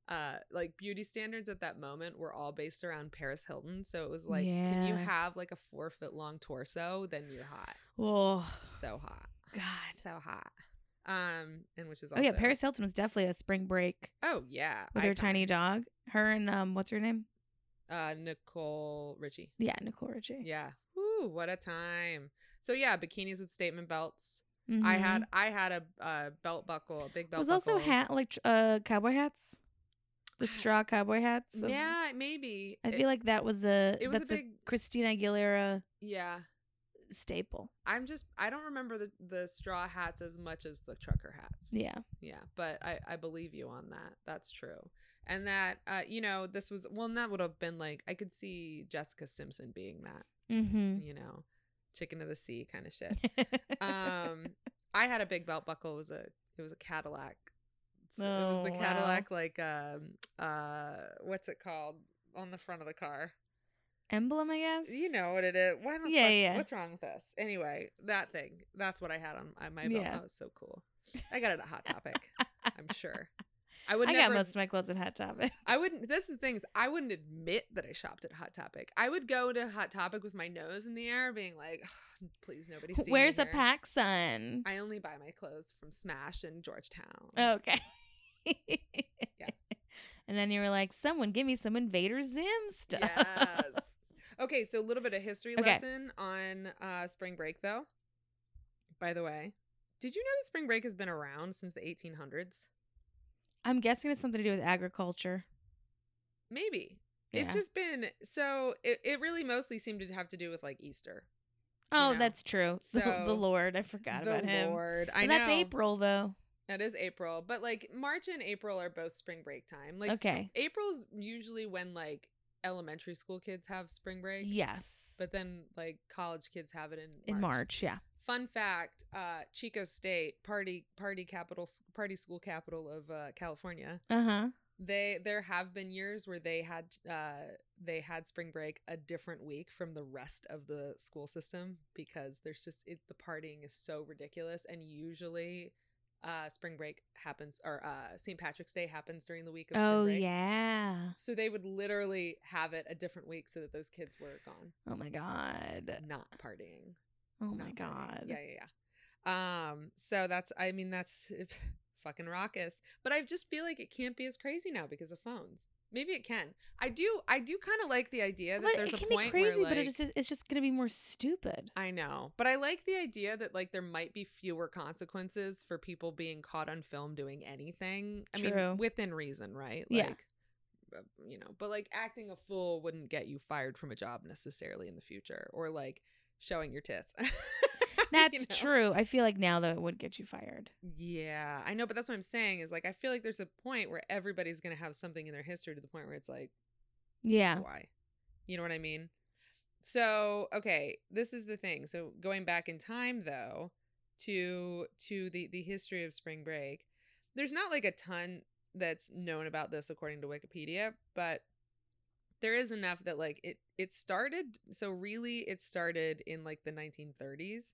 Speaker 4: uh like beauty standards at that moment were all based around Paris Hilton. So it was like, can you
Speaker 3: Yeah.
Speaker 4: have like a four foot long torso? Then you're hot.
Speaker 3: Oh
Speaker 4: So hot.
Speaker 3: God.
Speaker 4: So hot. Um, and which is
Speaker 3: Oh
Speaker 4: also
Speaker 3: yeah, Paris Hilton was definitely a spring break
Speaker 4: Oh yeah.
Speaker 3: with her
Speaker 4: icon.
Speaker 3: tiny dog. Her and um, what's her name?
Speaker 4: uh Nicole Richie.
Speaker 3: Yeah, Nicole Richie.
Speaker 4: Yeah. Woo, what a time. So yeah, bikinis with statement belts. I
Speaker 3: Mhm.
Speaker 4: had I had a uh, belt buckle, a big
Speaker 3: There
Speaker 4: belt
Speaker 3: was
Speaker 4: buckle. Ah,
Speaker 3: also hat like tr- uh cowboy hats, the straw cowboy hats. of-
Speaker 4: Yeah, maybe. eh,
Speaker 3: I feel like that was a
Speaker 4: it was a
Speaker 3: that's
Speaker 4: big
Speaker 3: Christina Aguilera
Speaker 4: yeah.
Speaker 3: staple.
Speaker 4: I'm just I don't remember the, the straw hats as much as the trucker hats.
Speaker 3: Yeah.
Speaker 4: Yeah, but I, I believe you on that. That's true. And that uh, you know, this was well and that would have been like I could see Jessica Simpson being that,
Speaker 3: Mm-hmm.
Speaker 4: you know, chicken of the sea kind of shit. um i had a big belt buckle it was a it was a cadillac so it was the
Speaker 3: Oh, wow.
Speaker 4: cadillac like um uh what's it called on the front of the car
Speaker 3: Emblem, I guess.
Speaker 4: you know what it is why don't
Speaker 3: Yeah,
Speaker 4: fuck-
Speaker 3: yeah.
Speaker 4: what's wrong with this anyway that thing that's what i had on my- my belt
Speaker 3: Yeah.
Speaker 4: that was so cool i got it at hot topic i'm sure i would
Speaker 3: I
Speaker 4: never
Speaker 3: got most of my clothes at Hot Topic.
Speaker 4: I wouldn't. This is the things I wouldn't admit that I shopped at Hot Topic. I would go to Hot Topic with my nose in the air, being like, "Please, nobody see." me
Speaker 3: Where's a
Speaker 4: here."
Speaker 3: pack sun?
Speaker 4: I only buy my clothes from Smash in Georgetown.
Speaker 3: Okay. And then you were like, someone give me some Invader Zim stuff.
Speaker 4: Yes. Okay, so a little bit of history
Speaker 3: Okay.
Speaker 4: lesson on uh, spring break, though. By the way, did you know that spring break has been around since the 1800s?
Speaker 3: I'm guessing it's something to do with agriculture.
Speaker 4: Maybe. It's
Speaker 3: Yeah.
Speaker 4: just been so, it, it really mostly seemed to have to do with like Easter.
Speaker 3: oh,
Speaker 4: know,
Speaker 3: that's true. So,
Speaker 4: so
Speaker 3: the Lord, I forgot
Speaker 4: the
Speaker 3: about him.
Speaker 4: Lord. I
Speaker 3: But
Speaker 4: know.
Speaker 3: that's April though.
Speaker 4: That is April, but like March and April are both spring break time. Like, sp-
Speaker 3: Okay.
Speaker 4: April's usually when like elementary school kids have spring break.
Speaker 3: Yes.
Speaker 4: But then like college kids have it in
Speaker 3: in March, yeah.
Speaker 4: Fun fact: uh, Chico State, party party capital, party school capital of uh, California.
Speaker 3: Uh huh.
Speaker 4: They there have been years where they had uh, they had spring break a different week from the rest of the school system because there's just it, the partying is so ridiculous, and usually uh, spring break happens or uh, St. Patrick's Day happens during the week of spring
Speaker 3: Oh
Speaker 4: break.
Speaker 3: yeah.
Speaker 4: So they would literally have it a different week so that those kids were gone,
Speaker 3: Oh my god.
Speaker 4: not partying.
Speaker 3: Oh my
Speaker 4: Not
Speaker 3: god.
Speaker 4: Burning. Yeah, yeah, yeah. Um, so that's I mean that's fucking raucous. But I just feel like it can't be as crazy now because of phones. Maybe it can. I do I do kind of like the idea that
Speaker 3: But
Speaker 4: there's
Speaker 3: it can
Speaker 4: a
Speaker 3: be
Speaker 4: point
Speaker 3: crazy,
Speaker 4: where like
Speaker 3: but it just is- it's just gonna be more stupid.
Speaker 4: I know. But I like the idea that like there might be fewer consequences for people being caught on film doing anything. I
Speaker 3: True.
Speaker 4: mean within reason, right?
Speaker 3: Yeah.
Speaker 4: Like uh, you know, but like acting a fool wouldn't get you fired from a job necessarily in the future or like showing your tits.
Speaker 3: That's
Speaker 4: You know?
Speaker 3: true. I feel like now though it would get you fired.
Speaker 4: Yeah, I know, but that's what I'm saying is like I feel like there's a point where everybody's gonna have something in their history to the point where it's like,
Speaker 3: Yeah.
Speaker 4: why? You know what I mean? So, okay, this is the thing. So going back in time though, to to the the history of spring break, there's not like a ton that's known about this according to Wikipedia, but there is enough that like it it started so really it started in like the 1930s,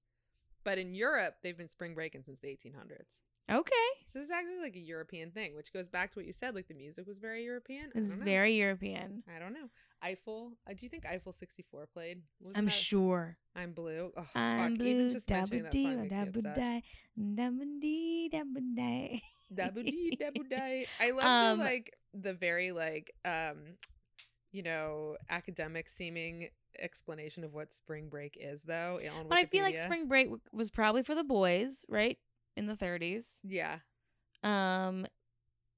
Speaker 4: but in Europe they've been spring breaking since the 1800s.
Speaker 3: Okay.
Speaker 4: So this is actually like a European thing, which goes back to what you said. Like the music was very European. I
Speaker 3: It's
Speaker 4: don't know.
Speaker 3: very European.
Speaker 4: I don't know. Eiffel. Uh, do you think Eiffel '64 played? Wasn't
Speaker 3: I'm
Speaker 4: that-
Speaker 3: sure.
Speaker 4: I'm blue. Oh,
Speaker 3: I'm
Speaker 4: fuck.
Speaker 3: blue.
Speaker 4: Even just mentioning
Speaker 3: Dabba
Speaker 4: that
Speaker 3: dee,
Speaker 4: song makes me
Speaker 3: dabba
Speaker 4: upset.
Speaker 3: die, dabba dee, dabba die.
Speaker 4: Dabba dee, dabba die. I love
Speaker 3: Um,
Speaker 4: the like the very like um, you know, academic seeming explanation of what spring break is, though. on
Speaker 3: But I feel like
Speaker 4: Wikipedia.
Speaker 3: spring break w- was probably for the boys, right? In the 30s.
Speaker 4: Yeah,
Speaker 3: Um,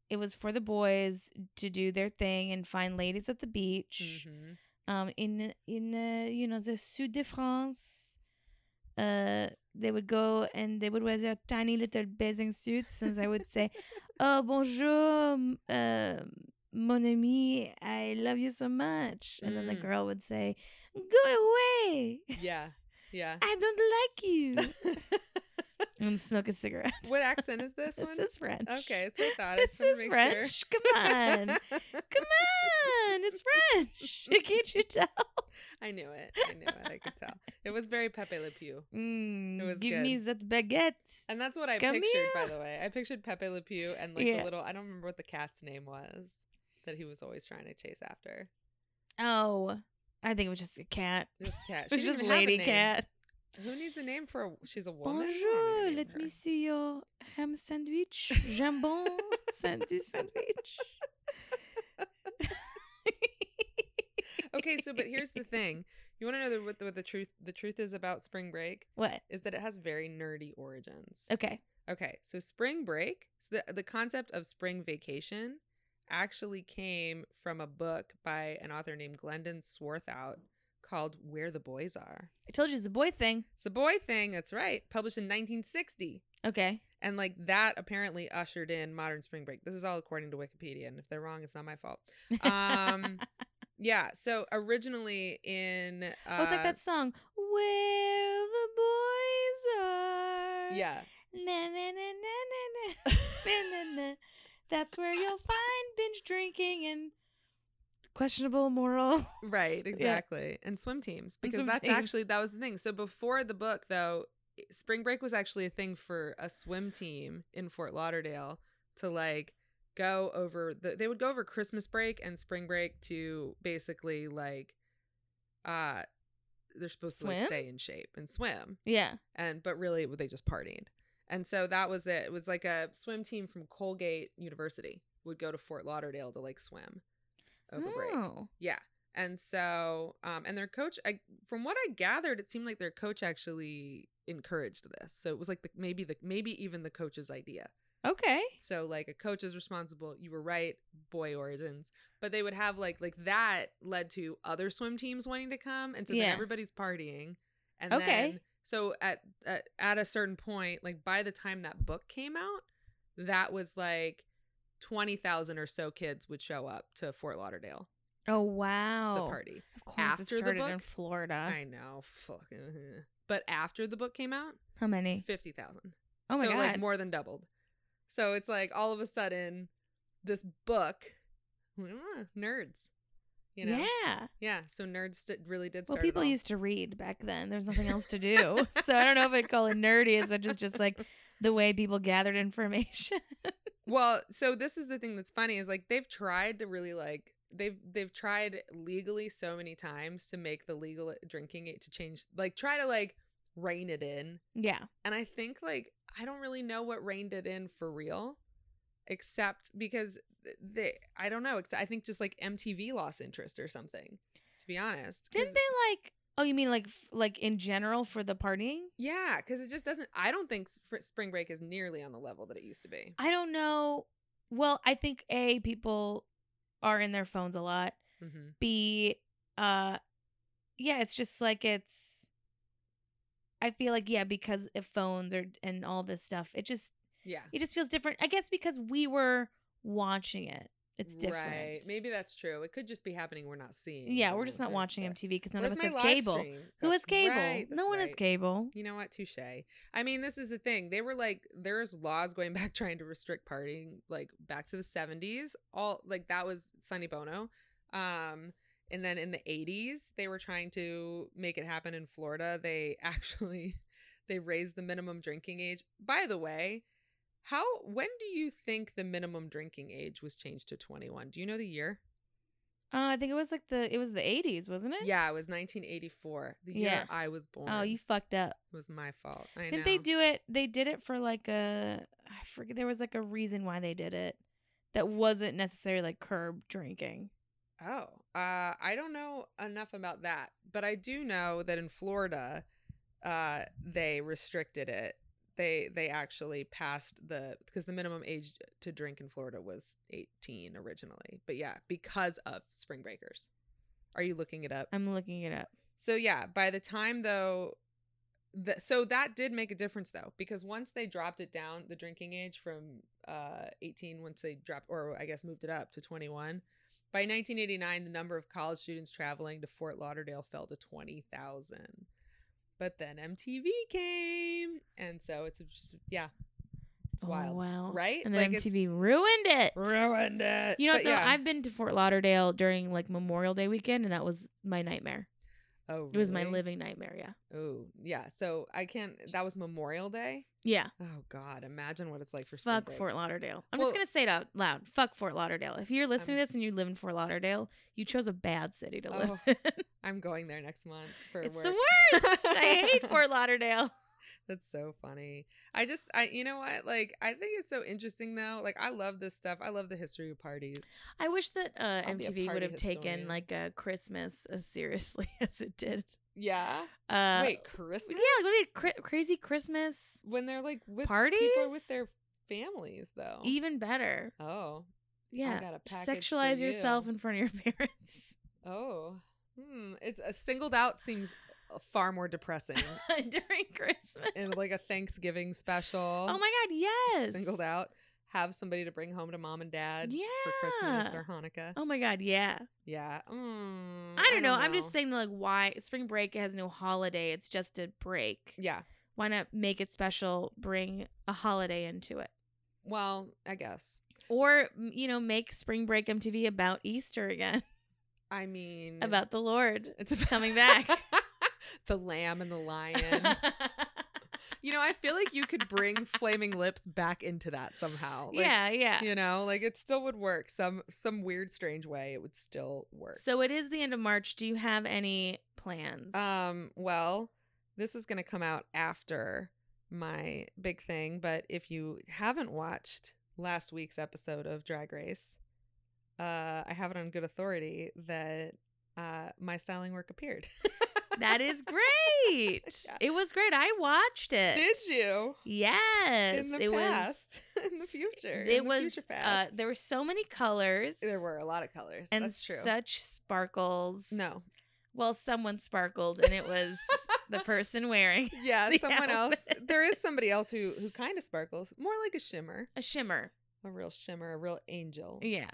Speaker 3: it was for the boys to do their thing and find ladies at the beach.
Speaker 4: hmm
Speaker 3: Um, in in uh, you know the Sud de France, uh, they would go and they would wear their tiny little bathing suits, and they would say, "Oh bonjour, m- uh, mon ami, I love you so much," and then the
Speaker 4: Mm.
Speaker 3: girl would say, "Go away,
Speaker 4: yeah, yeah.
Speaker 3: I don't like you," and smoke a cigarette.
Speaker 4: what accent is this
Speaker 3: This
Speaker 4: one?
Speaker 3: is French.
Speaker 4: Okay, it's what I thought. I
Speaker 3: This
Speaker 4: just wanted to
Speaker 3: is
Speaker 4: make
Speaker 3: French.
Speaker 4: sure.
Speaker 3: Come on. Come on, it's French. Can't you tell?
Speaker 4: I knew it. I knew it. I could tell. It was very Pepe Le Pew.
Speaker 3: Mm,
Speaker 4: was
Speaker 3: give me that baguette.
Speaker 4: And that's what I
Speaker 3: Come
Speaker 4: pictured, by
Speaker 3: here.
Speaker 4: the way. I pictured Pepe Le Pew and like
Speaker 3: Yeah.
Speaker 4: the little, I don't remember what the cat's name was. that he was always trying to chase after.
Speaker 3: Oh, I think it was just a cat.
Speaker 4: Just a cat.
Speaker 3: It
Speaker 4: She
Speaker 3: was
Speaker 4: didn't
Speaker 3: just
Speaker 4: even have a
Speaker 3: lady
Speaker 4: name.
Speaker 3: cat.
Speaker 4: Who needs a name for a? She's a woman. I don't wanna
Speaker 3: Bonjour,
Speaker 4: name
Speaker 3: let me
Speaker 4: her.
Speaker 3: see your ham sandwich, jambon sandwich sandwich.
Speaker 4: Okay, so but here's the thing. You want to know the, what, the, what the truth? The truth is about spring break
Speaker 3: What?
Speaker 4: is that it has very nerdy origins.
Speaker 3: Okay.
Speaker 4: Okay, so spring break, so the, the concept of spring vacation actually came from a book by an author named Glendon Swarthout called Where the Boys Are.
Speaker 3: I told you it's a boy thing.
Speaker 4: It's a boy thing, that's right, published in 1960.
Speaker 3: Okay.
Speaker 4: And like that apparently ushered in modern spring break. This is all according to Wikipedia, and if they're wrong, it's not my fault. Um, yeah, so originally in. Uh,
Speaker 3: oh, it's like that song, Where the Boys Are.
Speaker 4: Yeah.
Speaker 3: Na na na na na na. na, na, na. That's where you'll find binge drinking and questionable moral.
Speaker 4: Right,
Speaker 3: Yeah.
Speaker 4: exactly. And swim teams because
Speaker 3: swim
Speaker 4: that's
Speaker 3: teams.
Speaker 4: actually that was the thing. So before the book though, spring break was actually a thing for a swim team in Fort Lauderdale to like go over the, they would go over Christmas break and spring break to basically like uh they're supposed to
Speaker 3: Swim?
Speaker 4: like stay in shape and swim.
Speaker 3: Yeah.
Speaker 4: And but really they just partied. And so that was it. It was like a swim team from Colgate University would go to Fort Lauderdale to like swim over break.
Speaker 3: Oh.
Speaker 4: Yeah. And so, um, and their coach, I, from what I gathered, it seemed like their coach actually encouraged this. So it was like the, maybe the maybe even the coach's idea.
Speaker 3: Okay.
Speaker 4: So like a coach is responsible. You were right, boy origins. But they would have like like that led to other swim teams wanting to come, and so
Speaker 3: Yeah.
Speaker 4: then everybody's partying. And
Speaker 3: Okay.
Speaker 4: Then, so at, at at a certain point, like by the time that book came out, that was like twenty thousand or so kids would show up to Fort Lauderdale
Speaker 3: Oh wow.
Speaker 4: to party.
Speaker 3: Of course, it
Speaker 4: After the
Speaker 3: started in
Speaker 4: book?
Speaker 3: Florida.
Speaker 4: I know. Fuck. uh-huh. But after the book came out,
Speaker 3: How many?
Speaker 4: fifty thousand.
Speaker 3: Oh my
Speaker 4: so
Speaker 3: god.
Speaker 4: Like more than doubled. So it's like all of a sudden, this book, mm, nerds. You know. Yeah.
Speaker 3: Yeah.
Speaker 4: so nerds did, really did.
Speaker 3: Well,
Speaker 4: start it
Speaker 3: people
Speaker 4: all.
Speaker 3: used to read back then. There's nothing else to do, so I don't know if I'd call it nerdy as much as just like the way people gathered information.
Speaker 4: Well, so this is the thing that's funny is like they've tried to really like they've they've tried legally so many times to make the legal drinking it to change like try to like rein it in
Speaker 3: yeah.
Speaker 4: And I think like I don't really know what reined it in for real, except because they I don't know. It's, I think just like MTV lost interest or something. To be honest, 'Cause-
Speaker 3: Didn't they like? Oh, you mean like f- like in general for the partying?
Speaker 4: yeah, because it just doesn't. I don't think sp- Spring Break is nearly on the level that it used to be.
Speaker 3: I don't know. Well, I think a people are in their phones a lot.
Speaker 4: Mm-hmm.
Speaker 3: be uh yeah it's just like it's i feel like yeah because if phones are and all this stuff it just
Speaker 4: Yeah,
Speaker 3: it just feels different i guess because we were watching it it's different
Speaker 4: Maybe that's true. It could just be happening. We're not seeing.
Speaker 3: yeah
Speaker 4: it.
Speaker 3: we're just not
Speaker 4: That's
Speaker 3: watching
Speaker 4: it.
Speaker 3: mtv because none
Speaker 4: Where's
Speaker 3: of us
Speaker 4: my
Speaker 3: have
Speaker 4: live
Speaker 3: cable
Speaker 4: stream?
Speaker 3: who
Speaker 4: That's
Speaker 3: has cable
Speaker 4: right,
Speaker 3: no
Speaker 4: that's
Speaker 3: one has
Speaker 4: right.
Speaker 3: cable
Speaker 4: You know what? Touche. I mean, this is the thing. They were like, there's laws going back trying to restrict partying, like back to the 70s. All like that was Sonny Bono. Um, and then in the 80s, they were trying to make it happen in Florida. They actually they raised the minimum drinking age. By the way, how when do you think the minimum drinking age was changed to 21? Do you know the year?
Speaker 3: uh, i think it was like the it was the 80s wasn't it
Speaker 4: Yeah, it was 1984. The year
Speaker 3: Eh? Yeah.
Speaker 4: I was born.
Speaker 3: oh you fucked up
Speaker 4: it was my fault. I
Speaker 3: Didn't
Speaker 4: know.
Speaker 3: they do it? They did it for like a I forget. There was like a reason why they did it that wasn't necessarily like curb drinking.
Speaker 4: Oh, uh, I don't know enough about that, but I do know that in Florida, uh, they restricted it. They they actually passed the because the minimum age to drink in Florida was eighteen originally, but yeah, because of spring breakers. Are you looking it up?
Speaker 3: I'm looking it up.
Speaker 4: So yeah, by the time though, the, so that did make a difference though, because once they dropped it down, the drinking age from uh, 18, once they dropped, or I guess moved it up to 21, by 1989, the number of college students traveling to Fort Lauderdale fell to 20,000. But then MTV came, and so it's just, yeah, it's
Speaker 3: Oh,
Speaker 4: wild,
Speaker 3: wow.
Speaker 4: right?
Speaker 3: And then
Speaker 4: Like, it's-
Speaker 3: MTV ruined it.
Speaker 4: Ruined it.
Speaker 3: You know,
Speaker 4: But
Speaker 3: what, though,
Speaker 4: yeah.
Speaker 3: I've been to Fort Lauderdale during like Memorial Day weekend, and that was my nightmare.
Speaker 4: Oh,
Speaker 3: It was my
Speaker 4: really?
Speaker 3: living nightmare. Yeah.
Speaker 4: Oh, yeah. So I can't. That was Memorial Day.
Speaker 3: Yeah.
Speaker 4: Oh God, imagine what it's like for spring
Speaker 3: Fuck
Speaker 4: break.
Speaker 3: Fort Lauderdale. I'm
Speaker 4: Well-
Speaker 3: just gonna say it out loud. Fuck Fort Lauderdale. If you're listening
Speaker 4: I'm-
Speaker 3: to this and you live in Fort Lauderdale, you chose a bad city to live.
Speaker 4: Oh,
Speaker 3: in.
Speaker 4: I'm going there next month for
Speaker 3: it's
Speaker 4: work.
Speaker 3: the worst. I hate Fort Lauderdale.
Speaker 4: That's so funny. I just, I, you know what? Like, I think it's so interesting though. Like, I love this stuff. I love the history of parties.
Speaker 3: I wish that uh,
Speaker 4: I'll be a
Speaker 3: MTV would
Speaker 4: party
Speaker 3: have taken
Speaker 4: historian.
Speaker 3: like a Christmas as seriously as it did.
Speaker 4: Yeah.
Speaker 3: Uh,
Speaker 4: Wait, Christmas.
Speaker 3: yeah, like what did cra- crazy Christmas
Speaker 4: When they're like with
Speaker 3: parties?
Speaker 4: people are with their families though.
Speaker 3: even better.
Speaker 4: oh.
Speaker 3: Yeah,
Speaker 4: got a package for
Speaker 3: sexualize yourself
Speaker 4: you.
Speaker 3: in front of your parents.
Speaker 4: Oh. Hmm. It's a singled out seems uh, far more depressing.
Speaker 3: during Christmas.
Speaker 4: and like a Thanksgiving special.
Speaker 3: Oh my God, yes.
Speaker 4: Singled out. Have somebody to bring home to mom and dad
Speaker 3: Yeah.
Speaker 4: for Christmas or Hanukkah.
Speaker 3: Oh my God, yeah.
Speaker 4: Yeah. Mm,
Speaker 3: I don't, know. I'm just saying, like, why spring break has no holiday? It's just a break.
Speaker 4: Yeah.
Speaker 3: Why not make it special? Bring a holiday into it,
Speaker 4: Well, I guess.
Speaker 3: or m- you know, make spring break MTV about Easter again,
Speaker 4: I mean,
Speaker 3: about the Lord.
Speaker 4: it's about-
Speaker 3: coming back.
Speaker 4: the lamb and the lion.
Speaker 3: yeah,
Speaker 4: you know, I feel like you could bring flaming lips back into that somehow. Like,
Speaker 3: yeah.
Speaker 4: You know, like it still would work. Some some weird, strange way, it would still work.
Speaker 3: So it is the end of March. Do you have any plans?
Speaker 4: Um, well, this is going to come out after my big thing, but if you haven't watched last week's episode of Drag Race, uh, I have it on good authority that uh, my styling work appeared.
Speaker 3: that is great.
Speaker 4: Yeah.
Speaker 3: It was great. I watched it.
Speaker 4: Did you?
Speaker 3: Yes,
Speaker 4: in the
Speaker 3: it was.
Speaker 4: past, in the
Speaker 3: s-
Speaker 4: future,
Speaker 3: It
Speaker 4: in the
Speaker 3: was.
Speaker 4: future
Speaker 3: uh,
Speaker 4: past.
Speaker 3: there were so many colors.
Speaker 4: there were a lot of colors.
Speaker 3: and
Speaker 4: That's true.
Speaker 3: such sparkles.
Speaker 4: no,
Speaker 3: Well, someone sparkled, and it was the person wearing
Speaker 4: yeah,
Speaker 3: The
Speaker 4: someone else. There is somebody else who who kind of sparkles, more like a shimmer,
Speaker 3: a shimmer.
Speaker 4: a real shimmer, a real angel.
Speaker 3: Yeah.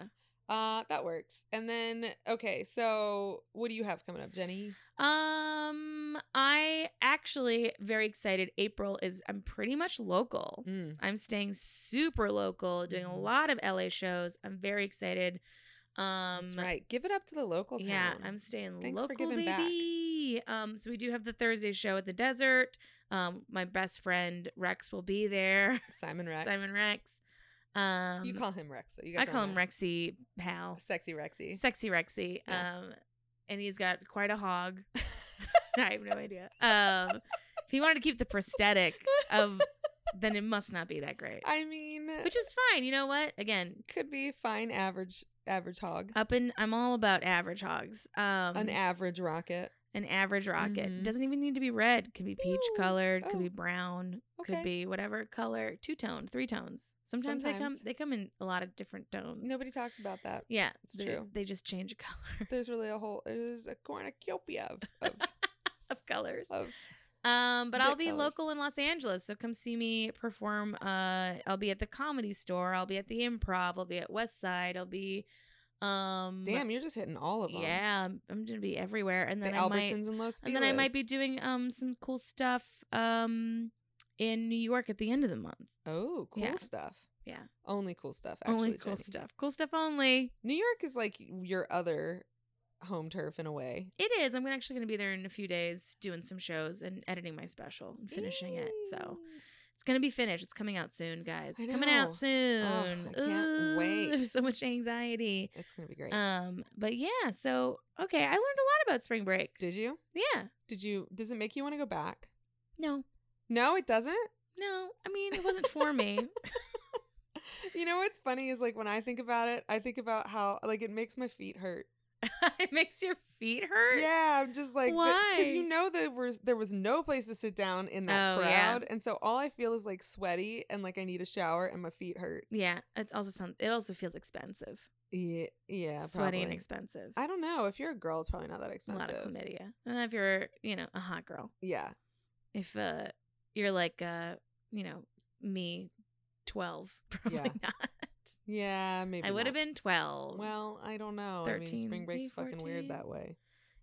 Speaker 4: Uh, that works. And then, okay, so what do you have coming up, Jenny?
Speaker 3: Um, I actually very excited. April is. I'm pretty much local.
Speaker 4: Mm.
Speaker 3: I'm staying super local, doing a
Speaker 4: Mhm.
Speaker 3: lot of LA shows. I'm very excited. Um,
Speaker 4: That's right. Give it up to the local town.
Speaker 3: Yeah, I'm staying
Speaker 4: Thanks for
Speaker 3: local,
Speaker 4: giving back.
Speaker 3: baby. Um, so we do have the Thursday show at the desert. Um, my best friend Rex will be there.
Speaker 4: Simon Rex.
Speaker 3: Simon Rex. Um,
Speaker 4: you call him Rex. though. You
Speaker 3: I
Speaker 4: guys
Speaker 3: call
Speaker 4: don't
Speaker 3: him
Speaker 4: know.
Speaker 3: Rexy pal,
Speaker 4: Sexy Rexy.
Speaker 3: sexy Rexy.
Speaker 4: Yeah.
Speaker 3: Um, and he's got quite a hog. I have no idea. Um, if he wanted to keep the prosthetic of, then it must not be that great,
Speaker 4: I mean,
Speaker 3: which is fine. You know what? Again,
Speaker 4: could be fine average average hog.
Speaker 3: up in I'm all about average hogs. Um,
Speaker 4: An average rocket.
Speaker 3: an average rocket.
Speaker 4: Mhm.
Speaker 3: Doesn't even need to be red. Could be peach
Speaker 4: Ew.
Speaker 3: colored. Could
Speaker 4: Oh.
Speaker 3: be brown.
Speaker 4: Okay.
Speaker 3: Could be whatever color. Two tone, three tones. Sometimes, they come
Speaker 4: Sometimes.
Speaker 3: they come in a lot of different tones.
Speaker 4: Nobody talks about that.
Speaker 3: Yeah,
Speaker 4: It's
Speaker 3: they-
Speaker 4: true.
Speaker 3: They just change a color
Speaker 4: There's really a whole there's a cornucopia of, of,
Speaker 3: of colors.
Speaker 4: of
Speaker 3: Um, but I'll
Speaker 4: Dick
Speaker 3: be
Speaker 4: colors.
Speaker 3: local in Los Angeles, so come see me perform. Uh, I'll be at the Comedy Store. I'll be at the Improv. I'll be at West Side. I'll be, um,
Speaker 4: damn. You're just hitting all of them.
Speaker 3: yeah, I'm- I'm gonna be everywhere. And
Speaker 4: The
Speaker 3: then I might,
Speaker 4: Albertsons and Los Feliz.
Speaker 3: and then I might be doing um some cool stuff um in New York at the end of the month.
Speaker 4: Oh, cool
Speaker 3: Yeah.
Speaker 4: stuff.
Speaker 3: Yeah.
Speaker 4: Only cool stuff. Actually,
Speaker 3: only cool
Speaker 4: Jenny.
Speaker 3: stuff. Cool stuff only.
Speaker 4: New York is like your other home turf in a way.
Speaker 3: It is. I'm actually gonna be there in a few days doing some shows and editing my special and finishing it. So it's gonna be finished. It's coming out soon, guys.
Speaker 4: I
Speaker 3: It's coming
Speaker 4: know.
Speaker 3: out soon.
Speaker 4: I can't wait.
Speaker 3: There's so much anxiety.
Speaker 4: it's gonna be great.
Speaker 3: Um, but yeah, so okay, I learned a lot about spring break.
Speaker 4: Did you?
Speaker 3: Yeah.
Speaker 4: Did you? Does it make you want to go back?
Speaker 3: No.
Speaker 4: No, it doesn't.
Speaker 3: No, I mean it wasn't for me.
Speaker 4: You know what's funny is like when I think about it, I think about how like it makes my feet hurt.
Speaker 3: it makes your feet hurt.
Speaker 4: Yeah, I'm just like because you
Speaker 3: Why?
Speaker 4: know there was there was no place to sit down in that
Speaker 3: Oh, yeah.
Speaker 4: crowd, and so all I feel is like sweaty and like I need a shower and my feet hurt.
Speaker 3: Yeah, it's also sound. It also feels expensive,
Speaker 4: Yeah, yeah,
Speaker 3: sweaty and
Speaker 4: probably.
Speaker 3: expensive.
Speaker 4: I don't know. If you're a girl, it's probably not that
Speaker 3: a
Speaker 4: expensive.
Speaker 3: lot of chlamydia. And if you're, you know, a hot girl,
Speaker 4: Yeah,
Speaker 3: if uh, you're like, uh, you know, me, twelve, probably
Speaker 4: Yeah.
Speaker 3: not.
Speaker 4: yeah, maybe.
Speaker 3: I would have
Speaker 4: not.
Speaker 3: been twelve.
Speaker 4: Well, I don't know. I
Speaker 3: 13,
Speaker 4: mean, spring break's
Speaker 3: maybe
Speaker 4: fucking weird
Speaker 3: 14.
Speaker 4: that way.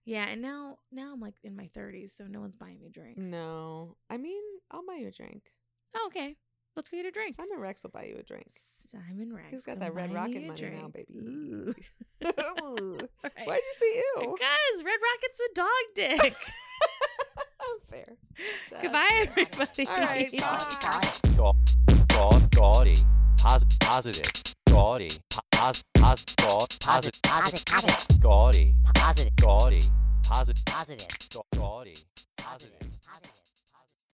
Speaker 3: yeah, and now now I'm like in my thirties, so no one's buying me drinks.
Speaker 4: No, I mean, I'll buy you a drink.
Speaker 3: Oh, okay. Let's go get a drink.
Speaker 4: Simon Rex will buy you a drink.
Speaker 3: Simon Rex.
Speaker 4: He's got
Speaker 3: come
Speaker 4: that Red
Speaker 3: buy
Speaker 4: Rocket
Speaker 3: me a
Speaker 4: money now,
Speaker 3: drink.
Speaker 4: baby.
Speaker 3: Ooh.
Speaker 4: Ooh.
Speaker 3: All right.
Speaker 4: Why'd you say ew?
Speaker 3: Because Red Rocket's a dog dick.
Speaker 4: Fair.
Speaker 3: Goodbye, everybody.
Speaker 4: All right, bye.
Speaker 1: God, Gaudy. Pos- positive. Gaudy. Pos- pos- gaud-
Speaker 5: Positive, positive, positive,
Speaker 1: Gaudy.
Speaker 5: positive,
Speaker 1: Gaudy. Positive.
Speaker 5: positive,
Speaker 1: Gaudy. Positive.
Speaker 5: positive.